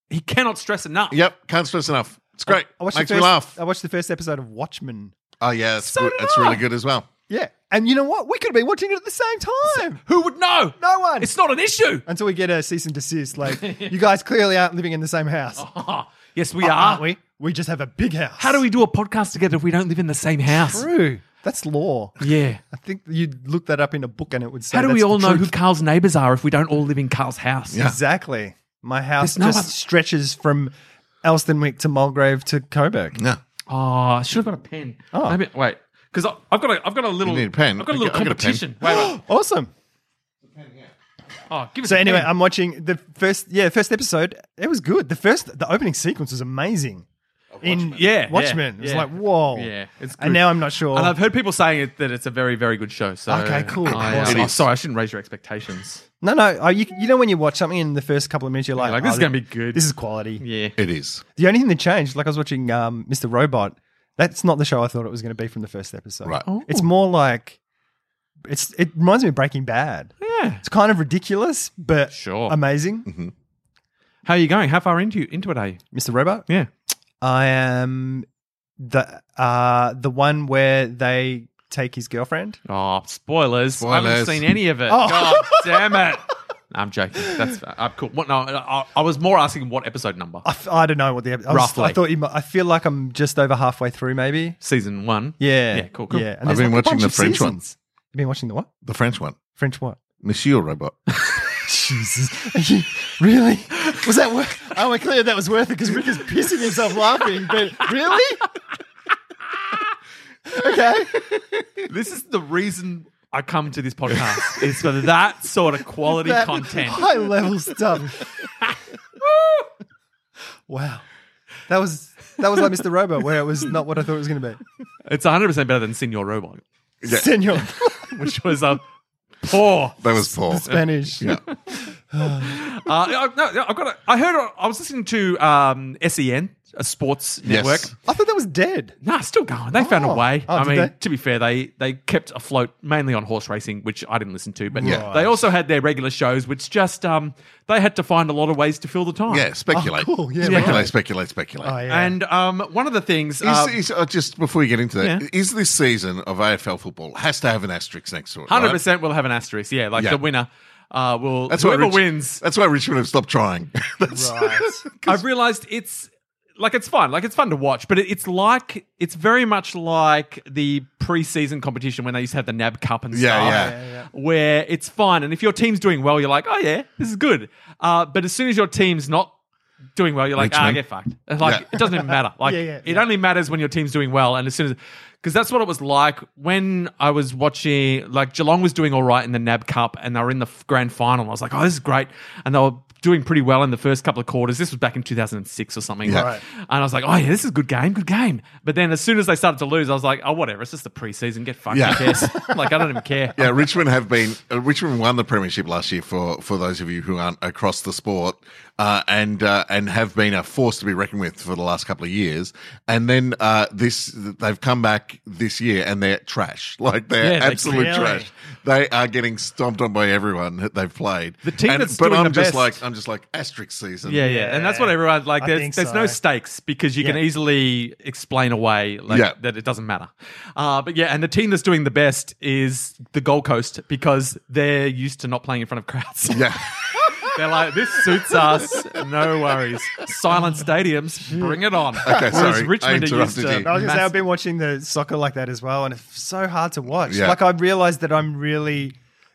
Speaker 4: he cannot stress enough.
Speaker 5: Yep, can't stress enough. It's great.
Speaker 3: Oh, I watched
Speaker 5: Makes
Speaker 3: the
Speaker 5: me
Speaker 3: first,
Speaker 5: laugh.
Speaker 3: I watched the first episode of Watchmen.
Speaker 5: Oh yeah, it's,
Speaker 4: So
Speaker 5: good.
Speaker 4: did
Speaker 5: it's
Speaker 4: I.
Speaker 5: really good as well.
Speaker 3: Yeah, and you know what? We could have been watching it at the same time.
Speaker 4: Who would know?
Speaker 3: No one. Uh,
Speaker 4: It's not an issue.
Speaker 3: until we get a cease and desist.
Speaker 4: <laughs>
Speaker 3: Like you guys clearly aren't living in the same house,
Speaker 4: Ah, yes, we are.
Speaker 3: aren't uh-uh. we? We just have a big house.
Speaker 4: How do we do a podcast together if we don't live in the same house?
Speaker 3: True. That's law.
Speaker 4: Yeah.
Speaker 3: I think you'd look that up in a book and it would say.
Speaker 4: How do
Speaker 3: that's
Speaker 4: we
Speaker 3: the
Speaker 4: all know
Speaker 3: truth.
Speaker 4: who Carl's neighbours are if we don't all live in Carl's house?
Speaker 5: Yeah.
Speaker 3: Exactly. My house
Speaker 4: There's no
Speaker 3: just
Speaker 4: other-
Speaker 3: stretches from Elstonwick to Mulgrave to Coburg.
Speaker 5: Yeah.
Speaker 4: Oh, I should have got a pen.
Speaker 3: Oh.
Speaker 4: Maybe, wait, because I've got a, I've got a little
Speaker 5: need a pen?
Speaker 4: I've got a
Speaker 5: I
Speaker 4: little
Speaker 5: got- I got a pen.
Speaker 4: competition. wait, <gasps> wait.
Speaker 3: Awesome.
Speaker 4: Oh, give us
Speaker 3: So
Speaker 4: a
Speaker 3: anyway,
Speaker 4: pen.
Speaker 3: I'm watching the first. Yeah, first episode. It was good. The first, the opening sequence was amazing. In
Speaker 4: Yeah,
Speaker 3: Watchmen,
Speaker 4: yeah,
Speaker 3: it was
Speaker 4: yeah.
Speaker 3: like whoa.
Speaker 4: Yeah, it's
Speaker 3: And
Speaker 4: good.
Speaker 3: now I'm not sure.
Speaker 4: and I've heard people saying it, that it's a very, very good show. So
Speaker 3: Okay, cool.
Speaker 4: I, uh,
Speaker 5: It
Speaker 4: oh,
Speaker 5: is.
Speaker 4: sorry, I shouldn't raise your expectations.
Speaker 3: No, no. oh, You, you know when you watch something in the first couple of minutes, you're like,
Speaker 4: like,
Speaker 3: oh,
Speaker 4: this is gonna be good.
Speaker 3: This is quality.
Speaker 4: Yeah,
Speaker 5: It is.
Speaker 3: The only thing that changed, like I was watching um, Mr. Robot, that's not the show I thought it was going to be from the first episode.
Speaker 5: Right.
Speaker 3: It's more like it's. It reminds me of Breaking Bad.
Speaker 4: yeah.
Speaker 3: It's kind of ridiculous, but
Speaker 4: Sure.
Speaker 3: amazing.
Speaker 5: Mm-hmm.
Speaker 4: How are you going? How far into into it are you?
Speaker 3: Mr. Robot.
Speaker 4: Yeah.
Speaker 3: I am the uh, the one where they take his girlfriend.
Speaker 4: Oh, spoilers! I haven't
Speaker 5: Spoilers.
Speaker 4: seen any of it.
Speaker 3: Oh.
Speaker 4: God damn it! No, <laughs> I'm joking. That's uh, I'm cool. What? No, I, I was more asking what episode number.
Speaker 3: I, f- I don't know what the episode. I, was-
Speaker 4: Roughly.
Speaker 3: I thought you. Might, I feel like I'm just over halfway through, maybe.
Speaker 4: Season one.
Speaker 3: Yeah.
Speaker 4: Yeah. Cool. Cool.
Speaker 3: Yeah.
Speaker 5: I've
Speaker 3: there's,
Speaker 5: been
Speaker 3: like, a
Speaker 5: watching
Speaker 3: bunch
Speaker 5: the
Speaker 3: of
Speaker 5: French
Speaker 3: seasons.
Speaker 5: one.
Speaker 3: You've been watching the what?
Speaker 5: The French one.
Speaker 3: French what?
Speaker 5: Monsieur Robot.
Speaker 3: Jesus. <laughs> Are you- really? Was that worth I want to clear that was worth it because Rick is pissing himself laughing, but really? okay.
Speaker 4: This is the reason I come to this podcast is for that sort of quality
Speaker 3: <laughs> That
Speaker 4: content.
Speaker 3: High level stuff. wow. That was that was like Mr. Robo, where it was not what I thought it was gonna be.
Speaker 4: It's 100 percent better than Senor Robot,
Speaker 5: Yeah.
Speaker 3: Senor
Speaker 4: which was a poor.
Speaker 5: <laughs> That was Paul.
Speaker 3: Spanish.
Speaker 4: Uh, no, no, no, I've got. A, I heard. I was listening to um, SEN, a sports
Speaker 5: Yes.
Speaker 4: network.
Speaker 3: I thought that was dead.
Speaker 4: Nah, it's still going. They found a
Speaker 3: Oh.
Speaker 4: way.
Speaker 3: Oh,
Speaker 4: I
Speaker 3: did
Speaker 4: mean,
Speaker 3: they?
Speaker 4: to be fair, they they kept afloat mainly on horse racing, which I didn't listen to, but
Speaker 5: Yeah.
Speaker 4: they also had their regular shows, which just um they had to find a lot of ways to fill the time.
Speaker 5: Yeah, speculate.
Speaker 3: Oh, cool. Yeah,
Speaker 5: speculate,
Speaker 4: right.
Speaker 5: speculate, speculate.
Speaker 3: Oh, yeah.
Speaker 4: And um, one of the things
Speaker 5: Is,
Speaker 4: uh,
Speaker 5: is- uh, just before you get into that,
Speaker 4: Yeah.
Speaker 5: is this season of AFL football has to have an asterisk next to it? right?
Speaker 4: hundred percent will have an asterisk. Yeah, like
Speaker 5: Yeah.
Speaker 4: the winner uh, will
Speaker 5: That's
Speaker 4: whoever
Speaker 5: why Rich-
Speaker 4: wins.
Speaker 5: That's why Richmond have stopped trying. That's-
Speaker 4: I've realized it's like it's fun, like it's fun to watch, but it, it's like it's very much like the preseason competition when they used to have the NAB Cup and
Speaker 5: Yeah,
Speaker 4: stuff,
Speaker 5: yeah. Yeah,
Speaker 4: where it's fun. And if your team's doing well, you're like, oh yeah, this is good. Uh, but as soon as your team's not doing well, you're like, ah,
Speaker 5: Richmond.
Speaker 4: get fucked. And, Like
Speaker 5: Yeah.
Speaker 4: it doesn't even matter.
Speaker 3: <laughs>
Speaker 4: Like
Speaker 3: Yeah, yeah,
Speaker 4: it
Speaker 3: yeah.
Speaker 4: only matters when your team's doing well, and as soon as. Because that's what it was like when I was watching. Like Geelong was doing all right in the NAB Cup, and they were in the f- grand final. And I was like, "Oh, this is great!" And they were doing pretty well in the first couple of quarters. This was back in 2006 or something.
Speaker 5: Yeah.
Speaker 3: Right.
Speaker 4: And I was like, "Oh yeah, this is a good game, good game." But then as soon as they started to lose, I was like, "Oh whatever, it's just the preseason. Get fucked.
Speaker 5: Yeah.
Speaker 4: I guess. like I don't even care."
Speaker 5: <laughs> yeah, Richmond have been. Uh, Richmond won the premiership last year for for those of you who aren't across the sport, uh, and uh, and have been a force to be reckoned with for the last couple of years. And then uh, this, they've come back this year and they're trash. <laughs> Like they're
Speaker 4: Yeah, they
Speaker 5: absolute
Speaker 4: really-
Speaker 5: trash. They are getting stomped on by everyone that they've played.
Speaker 4: The team
Speaker 5: and,
Speaker 4: that's
Speaker 5: but
Speaker 4: doing
Speaker 5: I'm
Speaker 4: the
Speaker 5: just
Speaker 4: best-
Speaker 5: like I'm just like asterisk season.
Speaker 4: Yeah, yeah, and that's what everyone like.
Speaker 3: I
Speaker 4: There's,
Speaker 3: think
Speaker 4: there's no
Speaker 3: so.
Speaker 4: stakes because you can
Speaker 3: Yeah.
Speaker 4: easily explain away like,
Speaker 5: Yeah.
Speaker 4: that it doesn't matter. Uh, but yeah, and the team that's doing the best is the Gold Coast because they're used to not playing in front of crowds.
Speaker 5: Yeah.
Speaker 4: <laughs> they're like, this suits us. No worries. Silent stadiums, bring it on.
Speaker 5: Okay, sorry, I
Speaker 4: Richmond are used to.
Speaker 5: interrupted you.
Speaker 3: I was gonna say
Speaker 4: mass-
Speaker 3: I've been watching the soccer like that as well, and it's so hard to watch.
Speaker 5: Yeah.
Speaker 3: Like I realized that I'm really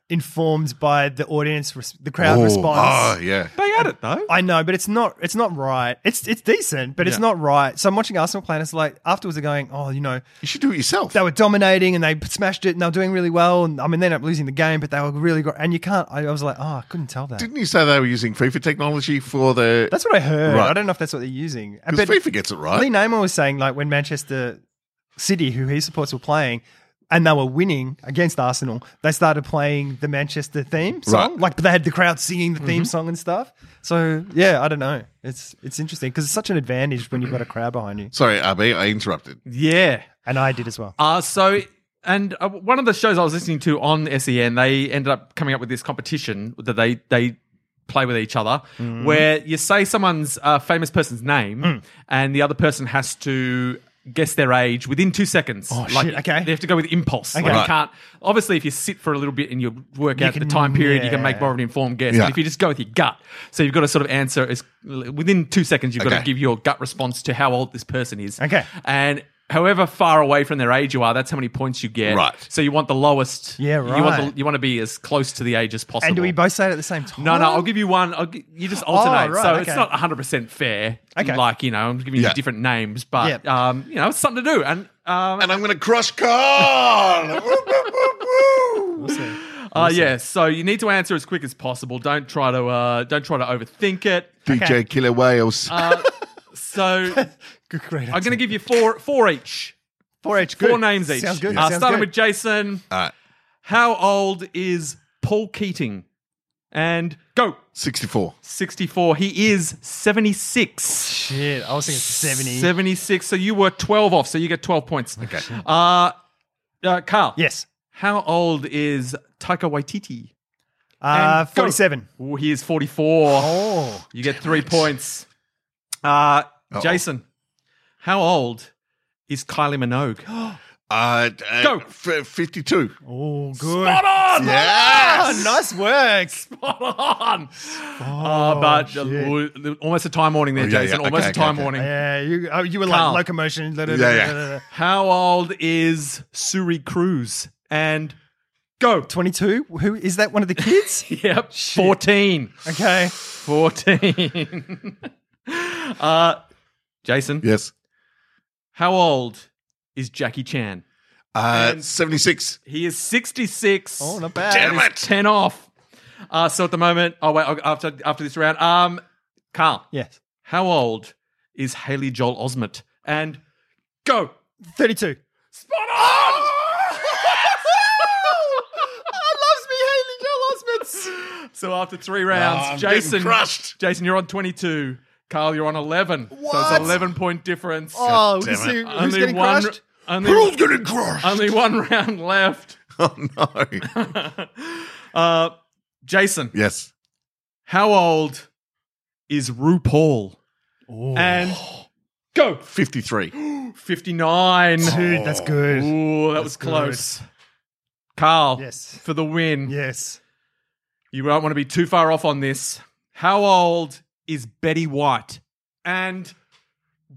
Speaker 3: informed by the audience, res- the crowd
Speaker 5: Oh,
Speaker 3: response.
Speaker 5: Oh, yeah.
Speaker 4: they had it though.
Speaker 3: I know, but it's not. It's not right. It's it's decent, but it's
Speaker 4: Yeah.
Speaker 3: not right. So I'm watching Arsenal play, and it's like afterwards they're going, oh, you know,
Speaker 5: You should do it yourself.
Speaker 3: they were dominating and they smashed it, and they were doing really well. And I mean, they ended up losing the game, but they were really great. And you can't. I, I was like, oh, I couldn't tell that.
Speaker 5: Didn't you say they were using FIFA technology for the?
Speaker 3: that's what I heard.
Speaker 5: Right.
Speaker 3: I don't know if that's what they're using.
Speaker 5: because FIFA gets it right.
Speaker 3: Lee Namor was saying like when Manchester City, who he supports, were playing. And they were winning against Arsenal. They started playing the Manchester theme song,
Speaker 5: Right.
Speaker 3: like they had the crowd singing the theme song and stuff. So yeah, I don't know. It's it's interesting because it's such an advantage when you've got a crowd behind you,
Speaker 5: Sorry, RB, I interrupted.
Speaker 4: Yeah.
Speaker 3: and I did as well.
Speaker 4: Uh, so, and uh, one of the shows I was listening to on SEN, they ended up coming up with this competition that they they play with each other,
Speaker 3: Mm.
Speaker 4: where you say someone's uh, famous person's name, and the other person has to guess their age within two seconds. Oh
Speaker 3: shit, okay.
Speaker 4: They have to go with impulse. Like,
Speaker 3: Okay.
Speaker 4: you can't. Obviously, if you sit for a little bit and you work out
Speaker 3: can-
Speaker 4: the time period, you can make
Speaker 3: yeah.
Speaker 4: more of an informed guess.
Speaker 5: Yeah.
Speaker 4: But if you just go with your gut, so you've got to sort of answer as within two seconds, you've got
Speaker 5: Okay.
Speaker 4: to give your gut response to how old this person is.
Speaker 3: Okay.
Speaker 4: And however far away from their age you are, that's how many points you get.
Speaker 5: Right.
Speaker 4: So you want the lowest.
Speaker 3: Yeah,
Speaker 4: You want,
Speaker 3: right.
Speaker 4: the, you want to be as close to the age as possible.
Speaker 3: And do we both say it at the same time?
Speaker 4: No, no, I'll give you one. I'll gi- you just alternate.
Speaker 3: right,
Speaker 4: so it's
Speaker 3: okay.
Speaker 4: not 100% fair.
Speaker 3: Okay.
Speaker 4: Like, you know, I'm giving you
Speaker 5: Yeah.
Speaker 4: different names, but,
Speaker 3: Yeah.
Speaker 4: um, you know, it's something to do. And, um,
Speaker 5: And I'm going to crush Khan. <laughs> Woo, woo, woo, woo.
Speaker 4: uh, yeah, so you need to answer as quick as possible. Don't try to, uh, don't try to overthink it.
Speaker 5: DJ Killer Whales.
Speaker 3: <laughs>
Speaker 4: So
Speaker 3: Good, great.
Speaker 4: I'm going to give you four, four each.
Speaker 3: four H.
Speaker 4: Four
Speaker 3: good.
Speaker 4: names each.
Speaker 3: Sounds good.
Speaker 4: Uh,
Speaker 3: Sounds
Speaker 4: starting
Speaker 3: good.
Speaker 4: with Jason.
Speaker 5: Alright.
Speaker 4: How old is Paul Keating? And go.
Speaker 5: 64.
Speaker 4: 64. He is 76.
Speaker 3: Shit, I was thinking seventy.
Speaker 4: 76. So you were 12 off, so you get 12 points. Okay. Uh, uh, Carl.
Speaker 3: Yes,
Speaker 4: How old is Taika Waititi?
Speaker 3: uh,
Speaker 4: And go.
Speaker 3: forty-seven.
Speaker 4: Ooh, he is 44.
Speaker 3: Oh,
Speaker 4: You get three points. Uh, Jason. How old is Kylie Minogue?
Speaker 5: Uh, uh,
Speaker 4: Go.
Speaker 5: F- 52.
Speaker 3: oh, good.
Speaker 4: on!
Speaker 5: Yes.
Speaker 3: Nice work.
Speaker 4: Spot on. Uh, but uh,
Speaker 3: shit.
Speaker 4: w- w- almost a time warning there,
Speaker 5: Oh, yeah,
Speaker 4: Jason.
Speaker 5: yeah.
Speaker 4: Almost
Speaker 5: Okay,
Speaker 4: a time
Speaker 5: okay, okay.
Speaker 4: warning.
Speaker 3: Yeah, you oh, you were
Speaker 4: Carl.
Speaker 3: like locomotion. da- da-
Speaker 5: Yeah,
Speaker 3: da-
Speaker 5: yeah.
Speaker 3: da- da- da.
Speaker 4: How old is Suri Cruz? And go.
Speaker 3: 22? Who is that one of the kids?
Speaker 5: <laughs>
Speaker 4: Yep. 14.
Speaker 3: okay.
Speaker 4: 14. <laughs> uh, Jason,
Speaker 5: Yes.
Speaker 4: how old is Jackie Chan?
Speaker 5: Uh,
Speaker 4: And-
Speaker 5: 76.
Speaker 4: He is 66.
Speaker 3: Oh, not bad.
Speaker 5: Damn
Speaker 4: That
Speaker 5: it.
Speaker 4: is 10 off. Uh, so at the moment, oh, wait, I'll- after, after this round, um, Carl,
Speaker 3: Yes.
Speaker 4: how old is Haley Joel Osment? And go.
Speaker 3: 32.
Speaker 4: Spot
Speaker 3: <laughs>
Speaker 4: on!
Speaker 3: I loves me Haley Joel Osment. Oh,
Speaker 4: So after three rounds,
Speaker 5: I'm getting
Speaker 4: Jason,
Speaker 5: crushed.
Speaker 4: Jason, you're on 22. Carl, you're on 11. So
Speaker 3: What?
Speaker 4: it's 11 point difference.
Speaker 3: Oh,
Speaker 5: damn
Speaker 3: you see
Speaker 5: it.
Speaker 3: who's getting
Speaker 4: one.
Speaker 3: crushed?
Speaker 4: Only,
Speaker 5: getting crushed?
Speaker 4: only one round left.
Speaker 5: <laughs>
Speaker 4: <laughs>
Speaker 5: Oh no!
Speaker 4: Uh, Jason,
Speaker 5: yes.
Speaker 4: how old is RuPaul?
Speaker 3: Oh.
Speaker 4: And go
Speaker 5: 53.
Speaker 4: 59.
Speaker 3: Dude,
Speaker 5: Oh.
Speaker 3: that's good.
Speaker 4: Ooh, that was close. Carl,
Speaker 3: Yes.
Speaker 4: for the win.
Speaker 3: Yes.
Speaker 4: You won't want to be too far off on this. How old is Betty White? And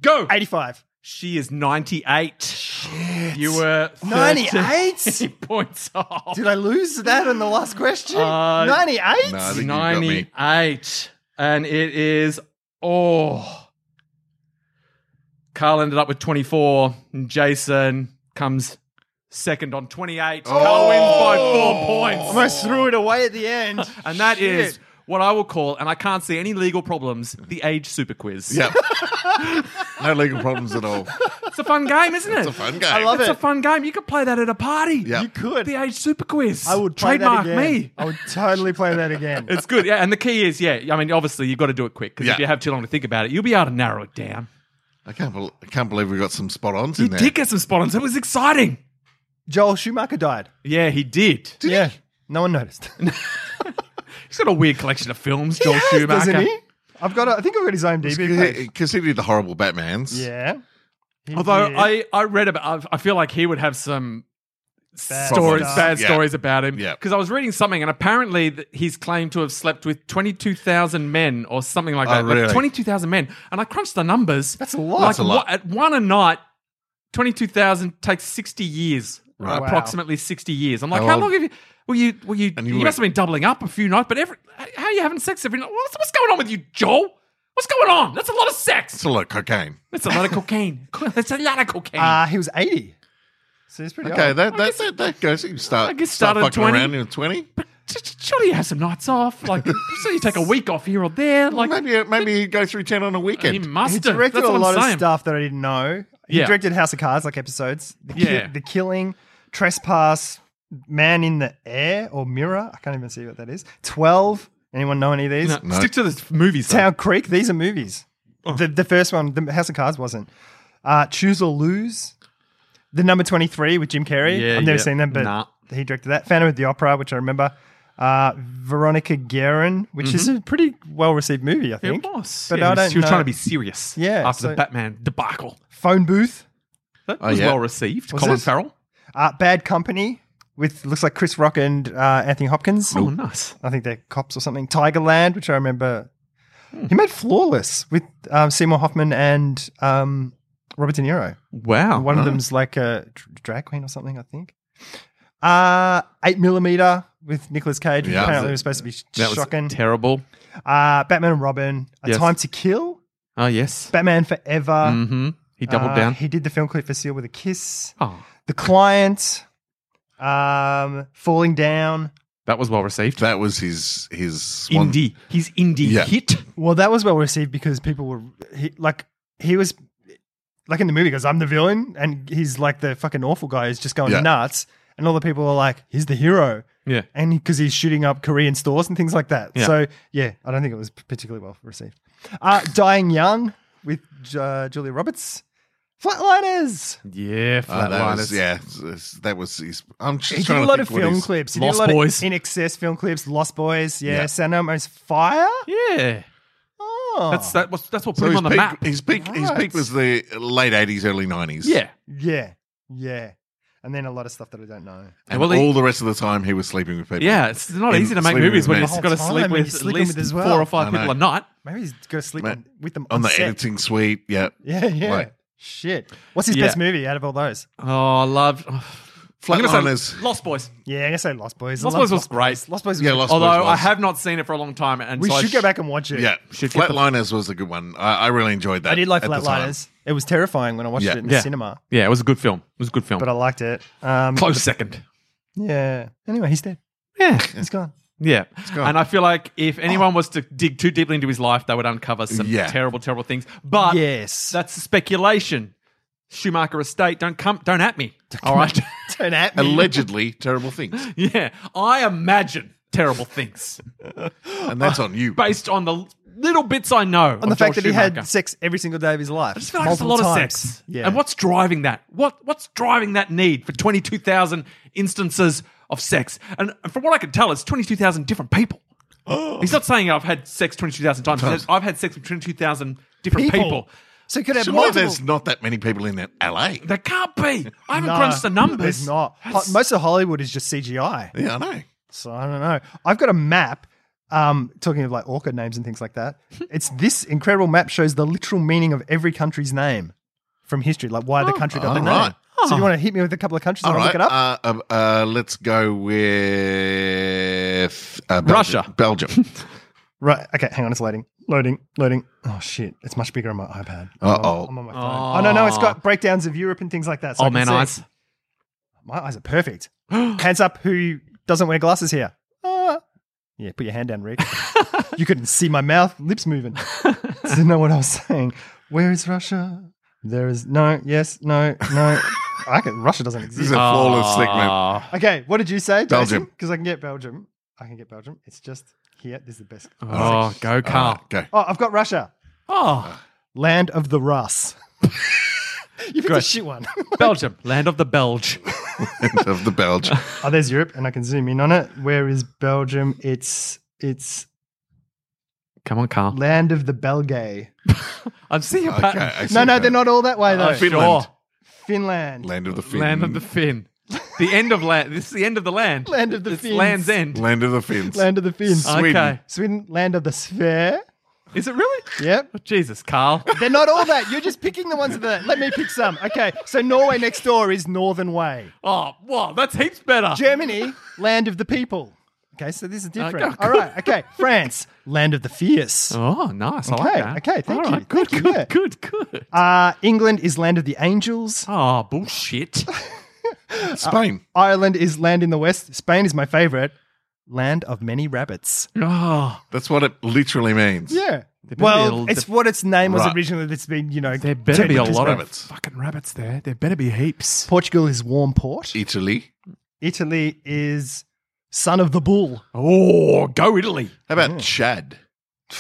Speaker 4: go. <laughs>
Speaker 3: 85.
Speaker 4: She is 98. You were
Speaker 3: 98?
Speaker 4: 13 <laughs> points off.
Speaker 3: Did I lose that in the last question?
Speaker 4: Uh,
Speaker 3: 98?
Speaker 5: No, I think you got me.
Speaker 4: 98. And it is, oh. Carl ended up with 24. And Jason comes second on 28.
Speaker 3: Oh!
Speaker 4: Carl wins by four points.
Speaker 3: Almost threw it away at the
Speaker 4: <laughs>
Speaker 3: end.
Speaker 4: And that
Speaker 3: Shit.
Speaker 4: is what I will call, and I can't see any legal problems, the age super quiz.
Speaker 5: <laughs> Yep. no legal problems at all.
Speaker 4: It's a fun game, isn't it?
Speaker 5: It's a fun game.
Speaker 3: I love
Speaker 4: It's
Speaker 3: it.
Speaker 4: a fun game. You could play that at a party.
Speaker 5: Yeah.
Speaker 3: You could.
Speaker 4: The age super quiz.
Speaker 3: I would play
Speaker 4: trademark
Speaker 3: that again.
Speaker 4: me.
Speaker 3: I would totally play that again.
Speaker 4: <laughs> It's good. Yeah, and the key is, yeah, I mean, obviously you've got to do it quick because
Speaker 5: Yeah.
Speaker 4: if you have too long to think about it, you'll be able to narrow it down.
Speaker 5: I can't. Bel I can't believe we got some spot ons
Speaker 4: He
Speaker 5: in there.
Speaker 4: did get some spot ons. It was exciting.
Speaker 3: Joel Schumacher died.
Speaker 4: Yeah, he did.
Speaker 3: yeah. No one noticed.
Speaker 4: He's got a weird collection of films, Joel
Speaker 3: Yes,
Speaker 4: Schumacher.
Speaker 3: Doesn't he? I've got. A, I think I've got his IMDb page.
Speaker 5: Because he did the horrible Batman's.
Speaker 3: Yeah. He
Speaker 4: Although
Speaker 3: did.
Speaker 4: I, I read about, I I feel like he would have some
Speaker 3: Bad
Speaker 4: stories,
Speaker 3: stuff.
Speaker 4: bad
Speaker 5: Yeah.
Speaker 4: stories about him.
Speaker 5: Yeah.
Speaker 4: Because I was reading something, and apparently th- he's claimed to have slept with twenty two thousand men or something like
Speaker 5: Oh,
Speaker 4: that.
Speaker 5: really?
Speaker 4: twenty two thousand men, and I crunched the numbers.
Speaker 3: That's a lot.
Speaker 4: Like
Speaker 5: That's a lot.
Speaker 4: wha- at one a night, twenty two thousand takes sixty years.
Speaker 5: Right.
Speaker 3: Wow.
Speaker 4: Approximately sixty years. I'm like,
Speaker 5: How
Speaker 4: how,
Speaker 5: old-
Speaker 4: long have you? Were you? Were you?
Speaker 5: And
Speaker 4: you
Speaker 5: you were-
Speaker 4: must have been doubling up a few nights. But every, how are you having sex every night? What's, what's going on with you, Joel? What's going on? That's a lot of sex.
Speaker 5: It's a lot of cocaine.
Speaker 4: That's a lot of cocaine. <laughs> That's a lot of cocaine.
Speaker 3: Uh, he was eighty. So he's pretty.
Speaker 5: Okay,
Speaker 3: old.
Speaker 5: that, that,
Speaker 4: Oh. guess-
Speaker 5: that, that goes. You start,
Speaker 4: I guess
Speaker 5: start
Speaker 4: started at
Speaker 5: fucking
Speaker 4: 20.
Speaker 5: around in 20.
Speaker 4: but sh- sh- surely you have some nights off. Like, <laughs> so you take a week off here or there. Like,
Speaker 5: maybe uh, maybe you go through 10 on a
Speaker 4: he
Speaker 5: weekend.
Speaker 4: must
Speaker 3: He
Speaker 4: have. That's
Speaker 3: directed
Speaker 4: what
Speaker 3: a lot
Speaker 4: I'm
Speaker 3: of
Speaker 4: saying.
Speaker 3: stuff that I didn't know. He
Speaker 4: Yeah.
Speaker 3: directed House of Cards, like episodes. The, Ki-
Speaker 4: Yeah.
Speaker 3: the Killing, Trespass, Man in the Air or Mirror. I can't even see what that is. Twelve. Anyone know any of these?
Speaker 4: No, Stick to the f- movies. though.
Speaker 3: Town Creek. These are movies.
Speaker 4: Oh.
Speaker 3: The, the first one, the House of Cards, wasn't. Uh, Choose or Lose. The number 23 with Jim Carrey.
Speaker 4: Yeah,
Speaker 3: I've never
Speaker 4: yeah.
Speaker 3: seen them, but
Speaker 4: Nah.
Speaker 3: he directed that. Phantom of the Opera, which I remember. Uh, Veronica Guerin, which is a pretty well received movie, I
Speaker 4: It
Speaker 3: think.
Speaker 4: was.
Speaker 3: But
Speaker 4: Mm-hmm. Yeah,
Speaker 3: I
Speaker 4: he was-
Speaker 3: don't
Speaker 4: she was
Speaker 3: know.
Speaker 4: trying to be serious.
Speaker 3: Yeah,
Speaker 4: After the
Speaker 3: so-
Speaker 4: Batman debacle.
Speaker 3: Phone Booth.
Speaker 4: That
Speaker 5: Oh,
Speaker 4: was
Speaker 5: yeah.
Speaker 4: well received.
Speaker 3: Was
Speaker 4: Colin
Speaker 3: it?
Speaker 4: Farrell.
Speaker 3: Uh, Bad Company with looks like Chris Rock and uh, Anthony Hopkins.
Speaker 4: Oh, nice.
Speaker 3: I think they're cops or something. Tigerland, which I remember.
Speaker 4: Hmm.
Speaker 3: He made Flawless with um, Seymour Hoffman and um, Robert De Niro.
Speaker 4: Wow.
Speaker 3: One of them's like a dr- drag queen or something, I think. Uh, eight millimeter with Nicolas Cage, which
Speaker 5: Yeah.
Speaker 3: apparently was supposed to be sh-
Speaker 4: That was
Speaker 3: shocking.
Speaker 4: terrible.
Speaker 3: uh, Batman and Robin, A
Speaker 4: Yes.
Speaker 3: Time to Kill,
Speaker 4: Oh, yes.
Speaker 3: Batman Forever.
Speaker 4: mm-hmm. He doubled
Speaker 3: Uh,
Speaker 4: down.
Speaker 3: He did the film clip for Seal with a Kiss,
Speaker 4: Oh,
Speaker 3: The Client, um, Falling Down.
Speaker 4: that was well received.
Speaker 5: That was his his swan.
Speaker 4: indie. He's indie
Speaker 5: Yeah.
Speaker 4: hit.
Speaker 3: Well, that was well received because people were he, like, he was like in the movie goes, "I'm the villain," and he's like the fucking awful guy who's just going
Speaker 5: Yeah.
Speaker 3: nuts, and all the people are like, "He's the hero."
Speaker 4: Yeah.
Speaker 3: and because he's shooting up Korean stores and things like that.
Speaker 4: Yeah.
Speaker 3: So yeah, I don't think it was particularly well received. Uh, Dying Young with uh, Julia Roberts, Flatliners.
Speaker 4: Yeah,
Speaker 5: Uh, that was,
Speaker 4: Flatliners.
Speaker 5: yeah, it's- it's- that was his. I'm just
Speaker 3: He did
Speaker 5: trying
Speaker 3: a
Speaker 5: to
Speaker 3: lot of
Speaker 5: think what
Speaker 3: film
Speaker 5: his-
Speaker 3: clips. He
Speaker 4: Lost
Speaker 3: did a lot
Speaker 4: Boys.
Speaker 3: of in excess film clips. Lost Boys, yeah.
Speaker 5: Yeah.
Speaker 3: San Sandomo's Fire.
Speaker 4: Yeah.
Speaker 3: Oh,
Speaker 4: That's that was that's what put
Speaker 5: So
Speaker 4: him
Speaker 5: his
Speaker 4: on the
Speaker 5: peak,
Speaker 4: map.
Speaker 5: his peak, his
Speaker 3: Right.
Speaker 5: peak was the late eighties, early nineties.
Speaker 4: Yeah.
Speaker 3: yeah, yeah. And then a lot of stuff that I don't know.
Speaker 5: and
Speaker 4: Well, he-
Speaker 5: all the rest of the time he was sleeping with people.
Speaker 4: Yeah, it's not
Speaker 5: In
Speaker 4: easy to make
Speaker 5: sleeping
Speaker 4: movies
Speaker 5: with
Speaker 4: when
Speaker 5: me.
Speaker 4: you've got to
Speaker 3: The whole
Speaker 4: sleep
Speaker 3: time, and
Speaker 4: with
Speaker 3: you're
Speaker 4: at
Speaker 3: sleeping
Speaker 4: least
Speaker 3: with as
Speaker 4: four
Speaker 3: well.
Speaker 4: or five
Speaker 5: I know.
Speaker 4: people a night.
Speaker 3: Maybe he's got to sleep
Speaker 5: Man,
Speaker 3: on- with them on,
Speaker 5: on the
Speaker 3: set.
Speaker 5: editing suite. Yeah,
Speaker 3: Yeah, yeah.
Speaker 5: Right.
Speaker 3: Shit. What's his
Speaker 4: Yeah.
Speaker 3: best movie out of all those?
Speaker 4: Oh, I loved oh. I'm gonna say
Speaker 5: Flatliners.
Speaker 4: Lost Boys.
Speaker 3: Yeah, I guess I Lost Boys. I
Speaker 4: Lost
Speaker 3: love
Speaker 4: Boys was great.
Speaker 3: Lost Boys. Was
Speaker 5: Yeah,
Speaker 3: good.
Speaker 5: Lost
Speaker 4: Although
Speaker 5: Boys was.
Speaker 4: I have not seen it for a long time, and
Speaker 3: We
Speaker 4: so I
Speaker 3: should
Speaker 4: sh-
Speaker 3: go back and watch it.
Speaker 5: Yeah,
Speaker 4: Should get the-
Speaker 5: Flatliners was a good one. I, I really enjoyed that.
Speaker 3: I did like
Speaker 5: at the time.
Speaker 3: Flatliners. It was terrifying when I watched
Speaker 5: Yeah.
Speaker 3: it in
Speaker 4: Yeah.
Speaker 3: the cinema,
Speaker 4: Yeah, it was a good film. It was a good film.
Speaker 3: but I liked it. Um,
Speaker 4: Close second.
Speaker 3: Yeah. Anyway, he's dead.
Speaker 4: Yeah,
Speaker 3: He's gone.
Speaker 4: yeah.
Speaker 5: gone.
Speaker 4: And I feel like if anyone was to dig too deeply into his life, they would uncover some
Speaker 5: Yeah.
Speaker 4: terrible, terrible things. But
Speaker 3: yes.
Speaker 4: that's speculation. Schumacher Estate, don't come, don't at me. All right.
Speaker 3: Don't at me.
Speaker 4: <laughs>
Speaker 5: Allegedly terrible things.
Speaker 4: yeah, I imagine terrible things
Speaker 5: and that's
Speaker 3: <laughs>
Speaker 5: on you.
Speaker 4: based on the little bits I know.
Speaker 3: On the fact that he had sex every single day of his life.
Speaker 4: I just feel like it's a lot
Speaker 3: multiple
Speaker 4: of
Speaker 3: times.
Speaker 4: sex.
Speaker 3: Yeah.
Speaker 4: And what's driving that? What what's driving that need for twenty two thousand instances of sex? And from what I can tell, it's twenty two thousand different
Speaker 3: <gasps>
Speaker 4: people. He's not saying I've had sex twenty two thousand times. He says, I've had sex with twenty two thousand different people.
Speaker 3: So he could have
Speaker 5: Surely
Speaker 3: multiple.
Speaker 5: there's not that many people in that LA.
Speaker 4: There can't be. I haven't
Speaker 3: No,
Speaker 4: crunched the numbers.
Speaker 3: There's not. Ho-
Speaker 4: That's-
Speaker 3: Most of Hollywood is just CGI.
Speaker 5: Yeah, I know.
Speaker 3: So I don't know. I've got a map. Um, talking of like orchid names and things like that. It's this incredible map shows the literal meaning of every country's name from history, like why the country got the name.
Speaker 5: alright.
Speaker 3: So you want to hit me with a couple of countries
Speaker 5: All
Speaker 3: and I'll
Speaker 5: right.
Speaker 3: look it up?
Speaker 5: Uh, um, uh, let's go with uh, Belgium.
Speaker 4: Russia.
Speaker 5: Belgium.
Speaker 3: right. Okay. Hang on. It's loading. Loading. Loading. Oh shit! It's much bigger on my iPad. I'm on-
Speaker 5: Uh-oh.
Speaker 3: I'm on my phone. Oh. no, no. It's got breakdowns of Europe and things like that. So I
Speaker 4: oh
Speaker 3: can
Speaker 4: man,
Speaker 3: see.
Speaker 4: eyes.
Speaker 3: My eyes are perfect. <gasps> Hands up who doesn't wear glasses here. Ah. yeah, put your hand down, Rick. you couldn't see my mouth, lips moving. Didn't know what I was saying. Where is Russia? There is no, yes, no, no. I can, Russia doesn't
Speaker 5: This
Speaker 3: <laughs>
Speaker 5: is
Speaker 3: exist.
Speaker 5: a flawless segment.
Speaker 4: Ah.
Speaker 3: Okay, what did you say,
Speaker 5: Belgium.
Speaker 3: Because I can get Belgium. I can get Belgium. It's just here. This is the best.
Speaker 4: Oh, go Carl.
Speaker 5: Ah, Go.
Speaker 3: Oh, I've got Russia.
Speaker 4: Oh,
Speaker 3: Land of the <laughs> Russ. you picked a shit one. <laughs>
Speaker 4: Belgium, land of the Belge.
Speaker 5: End <laughs> of the Belge.
Speaker 3: Oh, there's Europe, and I can zoom in on it. Where is Belgium? It's it's
Speaker 4: Come on, Carl.
Speaker 3: land of the Belgae.
Speaker 4: I'm seeing a
Speaker 5: Okay,
Speaker 4: pattern.
Speaker 5: I see
Speaker 3: No, no,
Speaker 5: that.
Speaker 3: they're not all that way though.
Speaker 4: Oh,
Speaker 5: Finland.
Speaker 4: sure.
Speaker 3: Finland.
Speaker 5: Land of the Fin.
Speaker 4: Land of the Fin. The end of land. This is the end of the land.
Speaker 3: Land of the
Speaker 4: It's
Speaker 3: Fins.
Speaker 4: Land's End.
Speaker 5: Land of the Fins.
Speaker 3: Land of the Finns.
Speaker 5: Sweden.
Speaker 4: Okay.
Speaker 3: Sweden, land of the sphere.
Speaker 4: Is it really?
Speaker 3: Yep.
Speaker 4: Oh, Jesus,
Speaker 5: <laughs>
Speaker 4: Carl.
Speaker 3: They're not all that. You're just picking the ones that are. Let me pick some. Okay. So Norway next door is Northern Way.
Speaker 4: Oh, wow, that's heaps better.
Speaker 3: Germany, land of the people. Okay, so
Speaker 4: Uh,
Speaker 3: this is different.
Speaker 4: Okay.
Speaker 3: All right. Okay. France, land of the fierce.
Speaker 4: Oh, nice. I like
Speaker 3: Okay,
Speaker 4: that.
Speaker 3: okay, thank
Speaker 4: All
Speaker 3: you,
Speaker 4: right, Good,
Speaker 3: thank you,
Speaker 4: good,
Speaker 3: yeah.
Speaker 4: good, good.
Speaker 3: Uh, England is land of the angels.
Speaker 4: Oh,
Speaker 3: <laughs>
Speaker 4: bullshit.
Speaker 3: Uh,
Speaker 5: Spain.
Speaker 3: Ireland is land in the west. Spain is my favorite. Land of many rabbits.
Speaker 4: Oh,
Speaker 5: That's what it literally means.
Speaker 3: Yeah.
Speaker 4: better be a
Speaker 3: Well,
Speaker 4: l-
Speaker 3: it's what its name was
Speaker 5: Right.
Speaker 3: originally. That's been, you know,
Speaker 4: there better
Speaker 3: turned
Speaker 4: be a
Speaker 3: into
Speaker 4: lot
Speaker 5: rabbits.
Speaker 4: of fucking rabbits there. There better be heaps.
Speaker 3: Portugal is warm port.
Speaker 5: Italy.
Speaker 3: Italy is son of the bull.
Speaker 4: Oh, go Italy.
Speaker 5: How about Chad?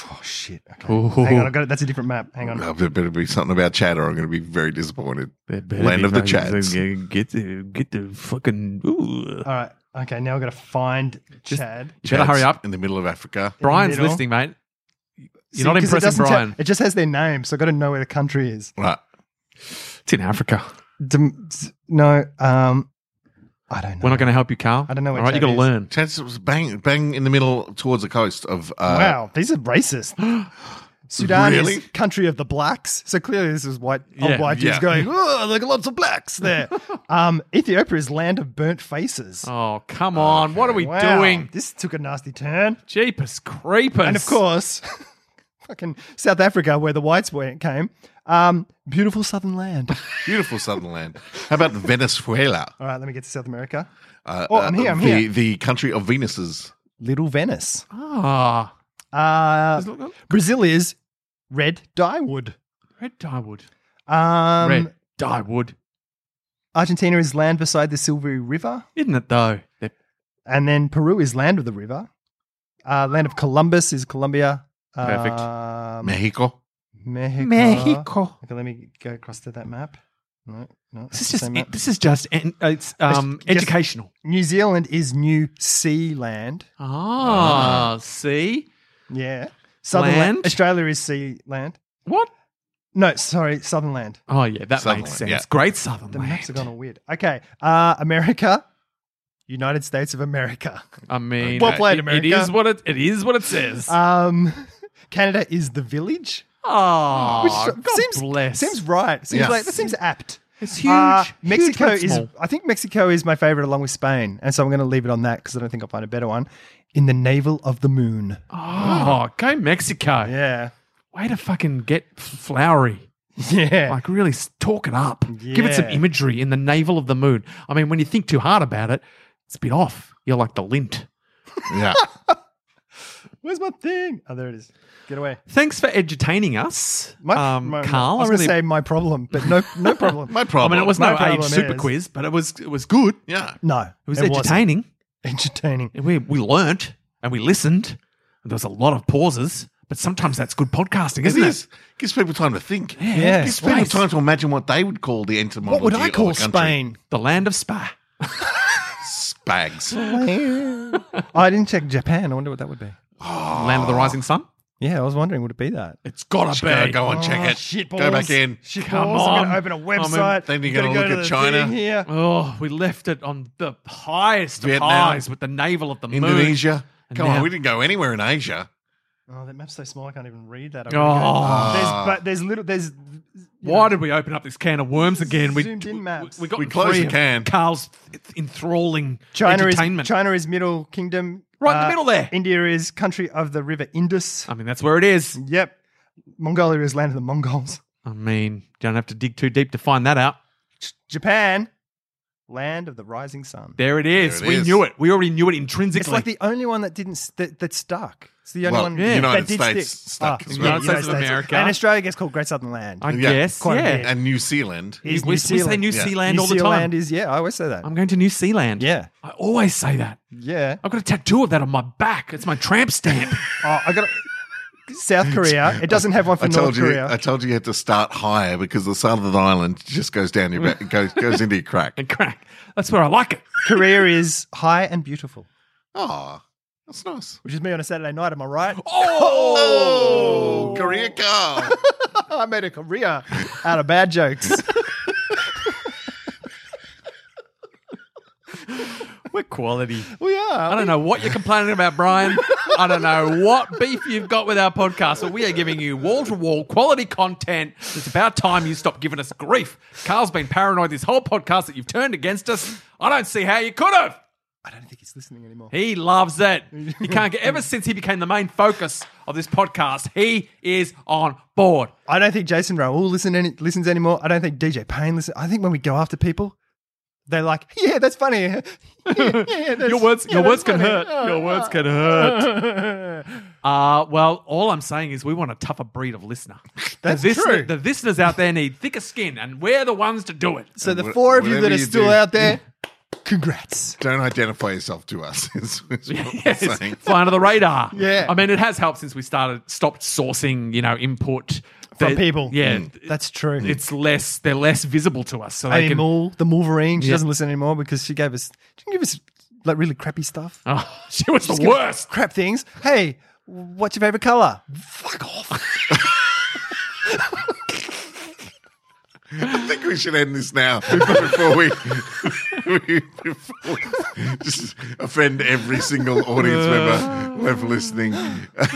Speaker 3: Oh shit! Okay.
Speaker 4: Ooh.
Speaker 3: Hang on, I got it. That's a different map. Hang on.
Speaker 5: Oh, there better be something about Chad, or I'm going to be very disappointed. Land of the Chads.
Speaker 4: uh, Get the, get the fucking. Ooh.
Speaker 3: All right. Okay. Now I got to find Chad.
Speaker 4: You better hurry
Speaker 5: Chads
Speaker 4: up.
Speaker 5: In the middle of Africa.
Speaker 4: Brian's
Speaker 3: middle.
Speaker 4: listening, mate.
Speaker 3: See,
Speaker 4: You're not
Speaker 3: 'cause it
Speaker 4: impressing
Speaker 3: doesn't tell-
Speaker 4: Brian.
Speaker 3: it just has their name, so I got to know where the country is.
Speaker 5: Right.
Speaker 4: It's in Africa.
Speaker 3: Dem- no. Um. I don't know.
Speaker 4: We're not going to help you, Carl.
Speaker 3: I don't know
Speaker 4: All
Speaker 3: where
Speaker 4: right, you
Speaker 3: Chad
Speaker 4: got to
Speaker 3: is.
Speaker 4: learn.
Speaker 5: Chad's was bang, bang in the middle towards the coast of.
Speaker 3: <laughs>
Speaker 5: Uh,
Speaker 3: wow, these are
Speaker 4: <gasps>
Speaker 3: racist. Sudan
Speaker 5: Really?
Speaker 3: is country of the blacks, so clearly this is white
Speaker 4: Yeah,
Speaker 3: old white dudes
Speaker 5: yeah.
Speaker 4: <laughs>
Speaker 3: going. Oh, look, lots of blacks there. um, Ethiopia is land of burnt faces.
Speaker 4: Oh, come on. What are we
Speaker 3: Wow,
Speaker 4: doing?
Speaker 3: This took a nasty turn.
Speaker 4: Jeepers creepers.
Speaker 3: And of course, <laughs> fucking South Africa, where the whites went came. Um, beautiful southern land. <laughs>
Speaker 5: Beautiful southern land. How about Venezuela?
Speaker 3: All right, let me get to South America.
Speaker 5: Uh,
Speaker 3: Oh, I'm here, I'm
Speaker 5: the,
Speaker 3: here.
Speaker 5: The country of Venuses.
Speaker 3: Little Venice.
Speaker 4: Ah,
Speaker 3: Uh,
Speaker 4: Is it-
Speaker 3: Brazil is red dyewood.
Speaker 4: red dyewood.
Speaker 3: Um,
Speaker 4: red dyewood.
Speaker 3: Argentina is land beside the Silvery River.
Speaker 4: Isn't it, though? They're-
Speaker 3: And then Peru is land of the river. Uh, land of Columbus is Colombia.
Speaker 4: Perfect.
Speaker 3: Um,
Speaker 5: Mexico.
Speaker 3: Mexico. Okay, let me go across to that map. No, no.
Speaker 4: This is
Speaker 3: it's the
Speaker 4: just,
Speaker 3: same map.
Speaker 4: this is just, en- it's um,
Speaker 3: Yes.
Speaker 4: educational.
Speaker 3: New Zealand is New Sea Land.
Speaker 4: Ah, see?
Speaker 3: Yeah. Southern land.
Speaker 4: Land?
Speaker 3: Australia is sea land.
Speaker 4: What?
Speaker 3: No, sorry, Southern land.
Speaker 4: Oh, yeah, that
Speaker 5: Southern
Speaker 4: makes
Speaker 5: land,
Speaker 4: sense.
Speaker 5: yeah.
Speaker 4: Great Southern
Speaker 3: The
Speaker 4: land.
Speaker 3: maps are gone all weird. Okay. Uh, America, United States of
Speaker 4: <laughs>
Speaker 3: America.
Speaker 4: I mean,
Speaker 5: Well played,
Speaker 4: it-
Speaker 3: America.
Speaker 4: It is what it, it is what it says.
Speaker 3: Um, Canada is the village.
Speaker 4: oh,
Speaker 3: which
Speaker 4: God
Speaker 3: seems,
Speaker 4: bless.
Speaker 3: seems right. Seems
Speaker 5: Yeah.
Speaker 3: like that seems apt.
Speaker 4: it's huge.
Speaker 3: Uh,
Speaker 4: huge
Speaker 3: Mexico
Speaker 4: but
Speaker 3: is.
Speaker 4: small.
Speaker 3: I think Mexico is my favorite, along with Spain, and so I'm going to leave it on that because I don't think I'll find a better one. In the navel of the moon.
Speaker 4: Oh, go Mexico.
Speaker 3: Yeah. <laughs>
Speaker 4: Way to fucking get f- flowery.
Speaker 3: Yeah.
Speaker 4: Like, really s- talk it up. Give it some
Speaker 3: Yeah.
Speaker 4: imagery in the navel of the moon. I mean, when you think too hard about it, it's a bit off. You're like the lint.
Speaker 3: <laughs>
Speaker 5: Yeah.
Speaker 3: Where's my thing? Oh, there it is. Get away.
Speaker 4: Thanks for entertaining us,
Speaker 3: My,
Speaker 4: um,
Speaker 3: my- I
Speaker 4: Carl.
Speaker 3: was going
Speaker 4: I
Speaker 3: to
Speaker 4: really-
Speaker 3: say my problem, but no, no problem.
Speaker 5: My
Speaker 4: I
Speaker 5: problem.
Speaker 4: mean, it was
Speaker 3: my
Speaker 4: no age
Speaker 3: problem
Speaker 4: super
Speaker 3: is-
Speaker 4: quiz, but it was it was good. It
Speaker 5: Yeah.
Speaker 3: no,
Speaker 4: was
Speaker 3: wasn't.
Speaker 4: entertaining.
Speaker 3: Entertaining.
Speaker 4: And We we learnt. and we listened. And there was a lot of pauses, but sometimes that's good podcasting,
Speaker 5: It
Speaker 4: isn't it?
Speaker 5: is. Gives people time to think.
Speaker 4: Yeah,
Speaker 5: Gives people
Speaker 4: space.
Speaker 5: time to imagine what they would call the entomology.
Speaker 3: What would I
Speaker 5: of
Speaker 3: call
Speaker 5: a country.
Speaker 3: Spain?
Speaker 4: The land of spa.
Speaker 5: Spags.
Speaker 3: I didn't check Japan. I wonder what that would be.
Speaker 4: Land of the rising sun.
Speaker 3: Yeah, I was wondering, would it Ah. be that? Oh,
Speaker 4: It's gotta
Speaker 5: Just gotta go and check it. go back in.
Speaker 3: Shit
Speaker 4: Come
Speaker 3: balls. I'm
Speaker 4: on.
Speaker 3: going to open a
Speaker 4: I mean,
Speaker 3: website.
Speaker 5: then you're
Speaker 3: Gotta
Speaker 5: gonna
Speaker 3: go
Speaker 5: look
Speaker 3: to
Speaker 5: at
Speaker 3: the
Speaker 5: China.
Speaker 3: thing Here.
Speaker 4: Oh, we left it on the highest of
Speaker 5: Vietnam.
Speaker 4: highs with the navel of the moon.
Speaker 5: Indonesia.
Speaker 4: And
Speaker 5: Come
Speaker 4: now-
Speaker 5: on, we didn't go anywhere in Asia.
Speaker 3: Oh, that map's so small I can't even read that.
Speaker 4: Oh.
Speaker 3: Oh. There's, but there's little, there's
Speaker 4: Why did we open up this can of worms again? We
Speaker 3: Zoomed in maps.
Speaker 4: We, got
Speaker 5: We closed the can.
Speaker 4: Carl's enthralling
Speaker 3: China
Speaker 4: entertainment.
Speaker 3: is China is middle kingdom. Uh,
Speaker 4: Right in the middle there. Ah.
Speaker 3: India is country of the river Indus.
Speaker 4: I mean, that's where it is.
Speaker 3: Yep. Mongolia is land of the Mongols.
Speaker 4: I mean, don't have to dig too deep to find that out.
Speaker 3: J- Japan, land of the rising sun.
Speaker 4: There it is.
Speaker 5: There it
Speaker 4: we
Speaker 5: is.
Speaker 4: knew it. We already knew it intrinsically.
Speaker 3: It's like the only one that didn't s- that, that stuck. It's the only
Speaker 5: Well,
Speaker 3: one
Speaker 5: Yeah.
Speaker 3: that
Speaker 5: United
Speaker 3: did
Speaker 5: States
Speaker 3: stick.
Speaker 5: stuck
Speaker 3: Ah,
Speaker 5: as
Speaker 3: yeah,
Speaker 5: well.
Speaker 4: United States of America.
Speaker 3: And Australia gets called Great Southern Land.
Speaker 4: I
Speaker 5: Yeah.
Speaker 4: guess.
Speaker 3: Quite a bit.
Speaker 4: yeah.
Speaker 5: And New Zealand.
Speaker 4: We,
Speaker 3: Is
Speaker 4: we- we say New
Speaker 5: Yeah.
Speaker 4: Zealand
Speaker 3: New
Speaker 4: all the
Speaker 3: Zealand
Speaker 4: time.
Speaker 3: is yeah. I always say that.
Speaker 4: I'm going to New Zealand.
Speaker 3: yeah.
Speaker 4: I always say that.
Speaker 3: Yeah.
Speaker 4: I've got a tattoo of that on my back. It's my tramp stamp.
Speaker 3: Oh, I got South Korea. It doesn't have one for
Speaker 5: I
Speaker 3: North
Speaker 5: told you.
Speaker 3: Korea.
Speaker 5: I told you you had to start higher because the southern island just goes down your
Speaker 4: <laughs>
Speaker 5: back, goes goes into your crack.
Speaker 4: <laughs> and crack. That's where I like it.
Speaker 3: Korea is high and beautiful,
Speaker 5: Ah, that's nice.
Speaker 3: which is me on a Saturday night. Am I
Speaker 5: <laughs>
Speaker 3: right?
Speaker 4: <laughs>
Speaker 5: Oh, Korea car.
Speaker 3: I made a career out of bad
Speaker 5: <laughs>
Speaker 3: jokes.
Speaker 4: We're quality.
Speaker 3: we are.
Speaker 4: I don't know what you're complaining about, Brian. I don't know what beef you've got with our podcast, but we are giving you wall to wall quality content. It's about time you stop giving us grief. Carl's been paranoid this whole podcast that you've turned against us. I don't see how you could have.
Speaker 3: I don't think he's listening anymore.
Speaker 4: He loves it. He can't get ever since he became the main focus of this podcast. He is on board.
Speaker 3: I don't think Jason Raul listen any, listens anymore. I don't think DJ Payne listens. I think when we go after people, they're like, "Yeah, that's funny." <laughs> Yeah, yeah, that's-
Speaker 4: Your words,
Speaker 3: yeah,
Speaker 4: your
Speaker 3: that's
Speaker 4: words can
Speaker 3: funny.
Speaker 4: hurt. Your words can hurt. Uh, well, all I'm saying is we want a tougher breed of listener. <laughs>
Speaker 3: That's
Speaker 4: the listener-
Speaker 3: true.
Speaker 4: The listeners out there need thicker skin, and we're the ones to
Speaker 5: <laughs>
Speaker 4: do it.
Speaker 3: <laughs> So the
Speaker 5: Wha-
Speaker 3: four of you that
Speaker 5: whatever
Speaker 3: are
Speaker 5: you
Speaker 3: still
Speaker 5: do.
Speaker 3: out
Speaker 4: <laughs>
Speaker 3: there, congrats.
Speaker 5: Don't identify yourself to us. Is,
Speaker 4: <laughs>
Speaker 5: is what
Speaker 4: Yes,
Speaker 5: we're saying.
Speaker 4: fly under the radar.
Speaker 3: Yeah.
Speaker 4: I mean, it has helped since we started stopped sourcing, you know, input
Speaker 3: From
Speaker 4: They-
Speaker 3: people.
Speaker 4: Yeah,
Speaker 5: Hmm. Mm.
Speaker 3: That's true.
Speaker 4: it's less. They're less visible to us, so they
Speaker 3: Amy
Speaker 4: can.
Speaker 3: Moore, the Wolverine. She
Speaker 4: Yeah.
Speaker 3: doesn't listen anymore because she gave us, she didn't give us like really crappy stuff.
Speaker 4: <laughs> Oh, she was the
Speaker 3: Give us
Speaker 4: worst.
Speaker 3: crap things. Hey, what's your favorite color? Fuck off.
Speaker 5: I think we should end this now <laughs> before we, before we just offend every single audience member who have listening. <laughs>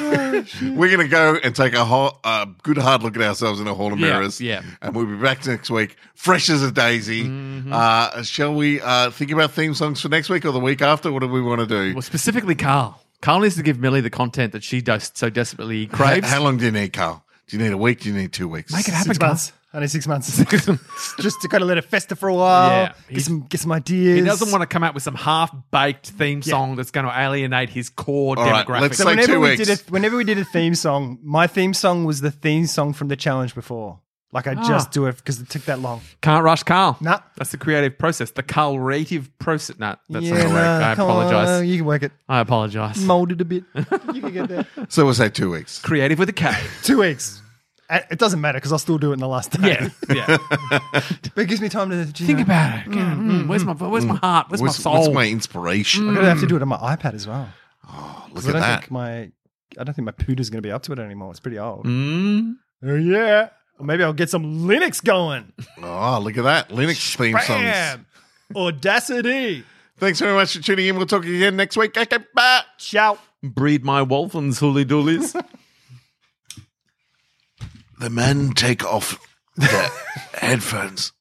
Speaker 5: We're going to go and take a, ho- a good hard look at ourselves in a hall of
Speaker 4: Yeah,
Speaker 5: mirrors.
Speaker 4: yeah.
Speaker 5: And we'll be back next week, fresh as a daisy.
Speaker 4: Mm-hmm.
Speaker 5: Uh, shall we uh, think about theme songs for next week or the week after? What do we want to do?
Speaker 4: Well, specifically Carl. Carl needs to give Millie the content that she does so desperately
Speaker 5: How,
Speaker 4: craves.
Speaker 5: how long do you need, Carl? Do you need a week? Do you need two weeks?
Speaker 4: Make it happen,
Speaker 3: Six
Speaker 4: Carl.
Speaker 3: months. I need six months.
Speaker 4: <laughs>
Speaker 3: <laughs> Just to kind of let it fester for a while.
Speaker 4: Yeah.
Speaker 3: Get
Speaker 4: He's-
Speaker 3: some get some ideas.
Speaker 4: He doesn't want to come out with some half-baked theme song that's going to alienate his core
Speaker 5: All right,
Speaker 4: demographic.
Speaker 5: let's say
Speaker 3: whenever
Speaker 5: two
Speaker 3: we
Speaker 5: weeks.
Speaker 3: did a whenever we did a theme song, my theme song was the theme song from the challenge before. Like I just do it because it took that long.
Speaker 4: Can't rush Carl.
Speaker 3: Nah.
Speaker 4: That's the creative process, the creative process. No, that's
Speaker 3: Yeah,
Speaker 4: not going to work.
Speaker 3: nah,
Speaker 4: I
Speaker 3: come on, uh,
Speaker 4: apologize.
Speaker 3: you can work it.
Speaker 4: I apologize.
Speaker 3: Mold it a
Speaker 4: <laughs>
Speaker 3: bit. you can get there.
Speaker 5: so we'll say two weeks.
Speaker 4: creative with a K.
Speaker 3: Two weeks. Uh, It doesn't matter because I'll still do it in the last day.
Speaker 4: yeah, yeah.
Speaker 3: <laughs> but it gives me time to you
Speaker 4: Think
Speaker 3: know,
Speaker 4: about it. Yeah, mm, where's my Where's my heart? Where's,
Speaker 5: What's,
Speaker 4: my
Speaker 5: what's
Speaker 4: soul?
Speaker 5: my inspiration?
Speaker 3: I'm gonna have to do it on my iPad as well.
Speaker 5: Look
Speaker 3: I
Speaker 5: at
Speaker 3: don't
Speaker 5: that.
Speaker 3: think my I don't think my pooter's going to be up to it anymore. It's pretty old.
Speaker 4: Mm.
Speaker 3: Oh yeah. Or maybe I'll get some Linux going.
Speaker 5: Oh, look at that. Linux theme songs.
Speaker 3: Bam. Audacity.
Speaker 5: Thanks very much for tuning in. We'll talk again next week. Okay, bye.
Speaker 3: Shout.
Speaker 4: Breed my wolfens, hooly doolies.
Speaker 5: <laughs>
Speaker 1: The men take off their headphones.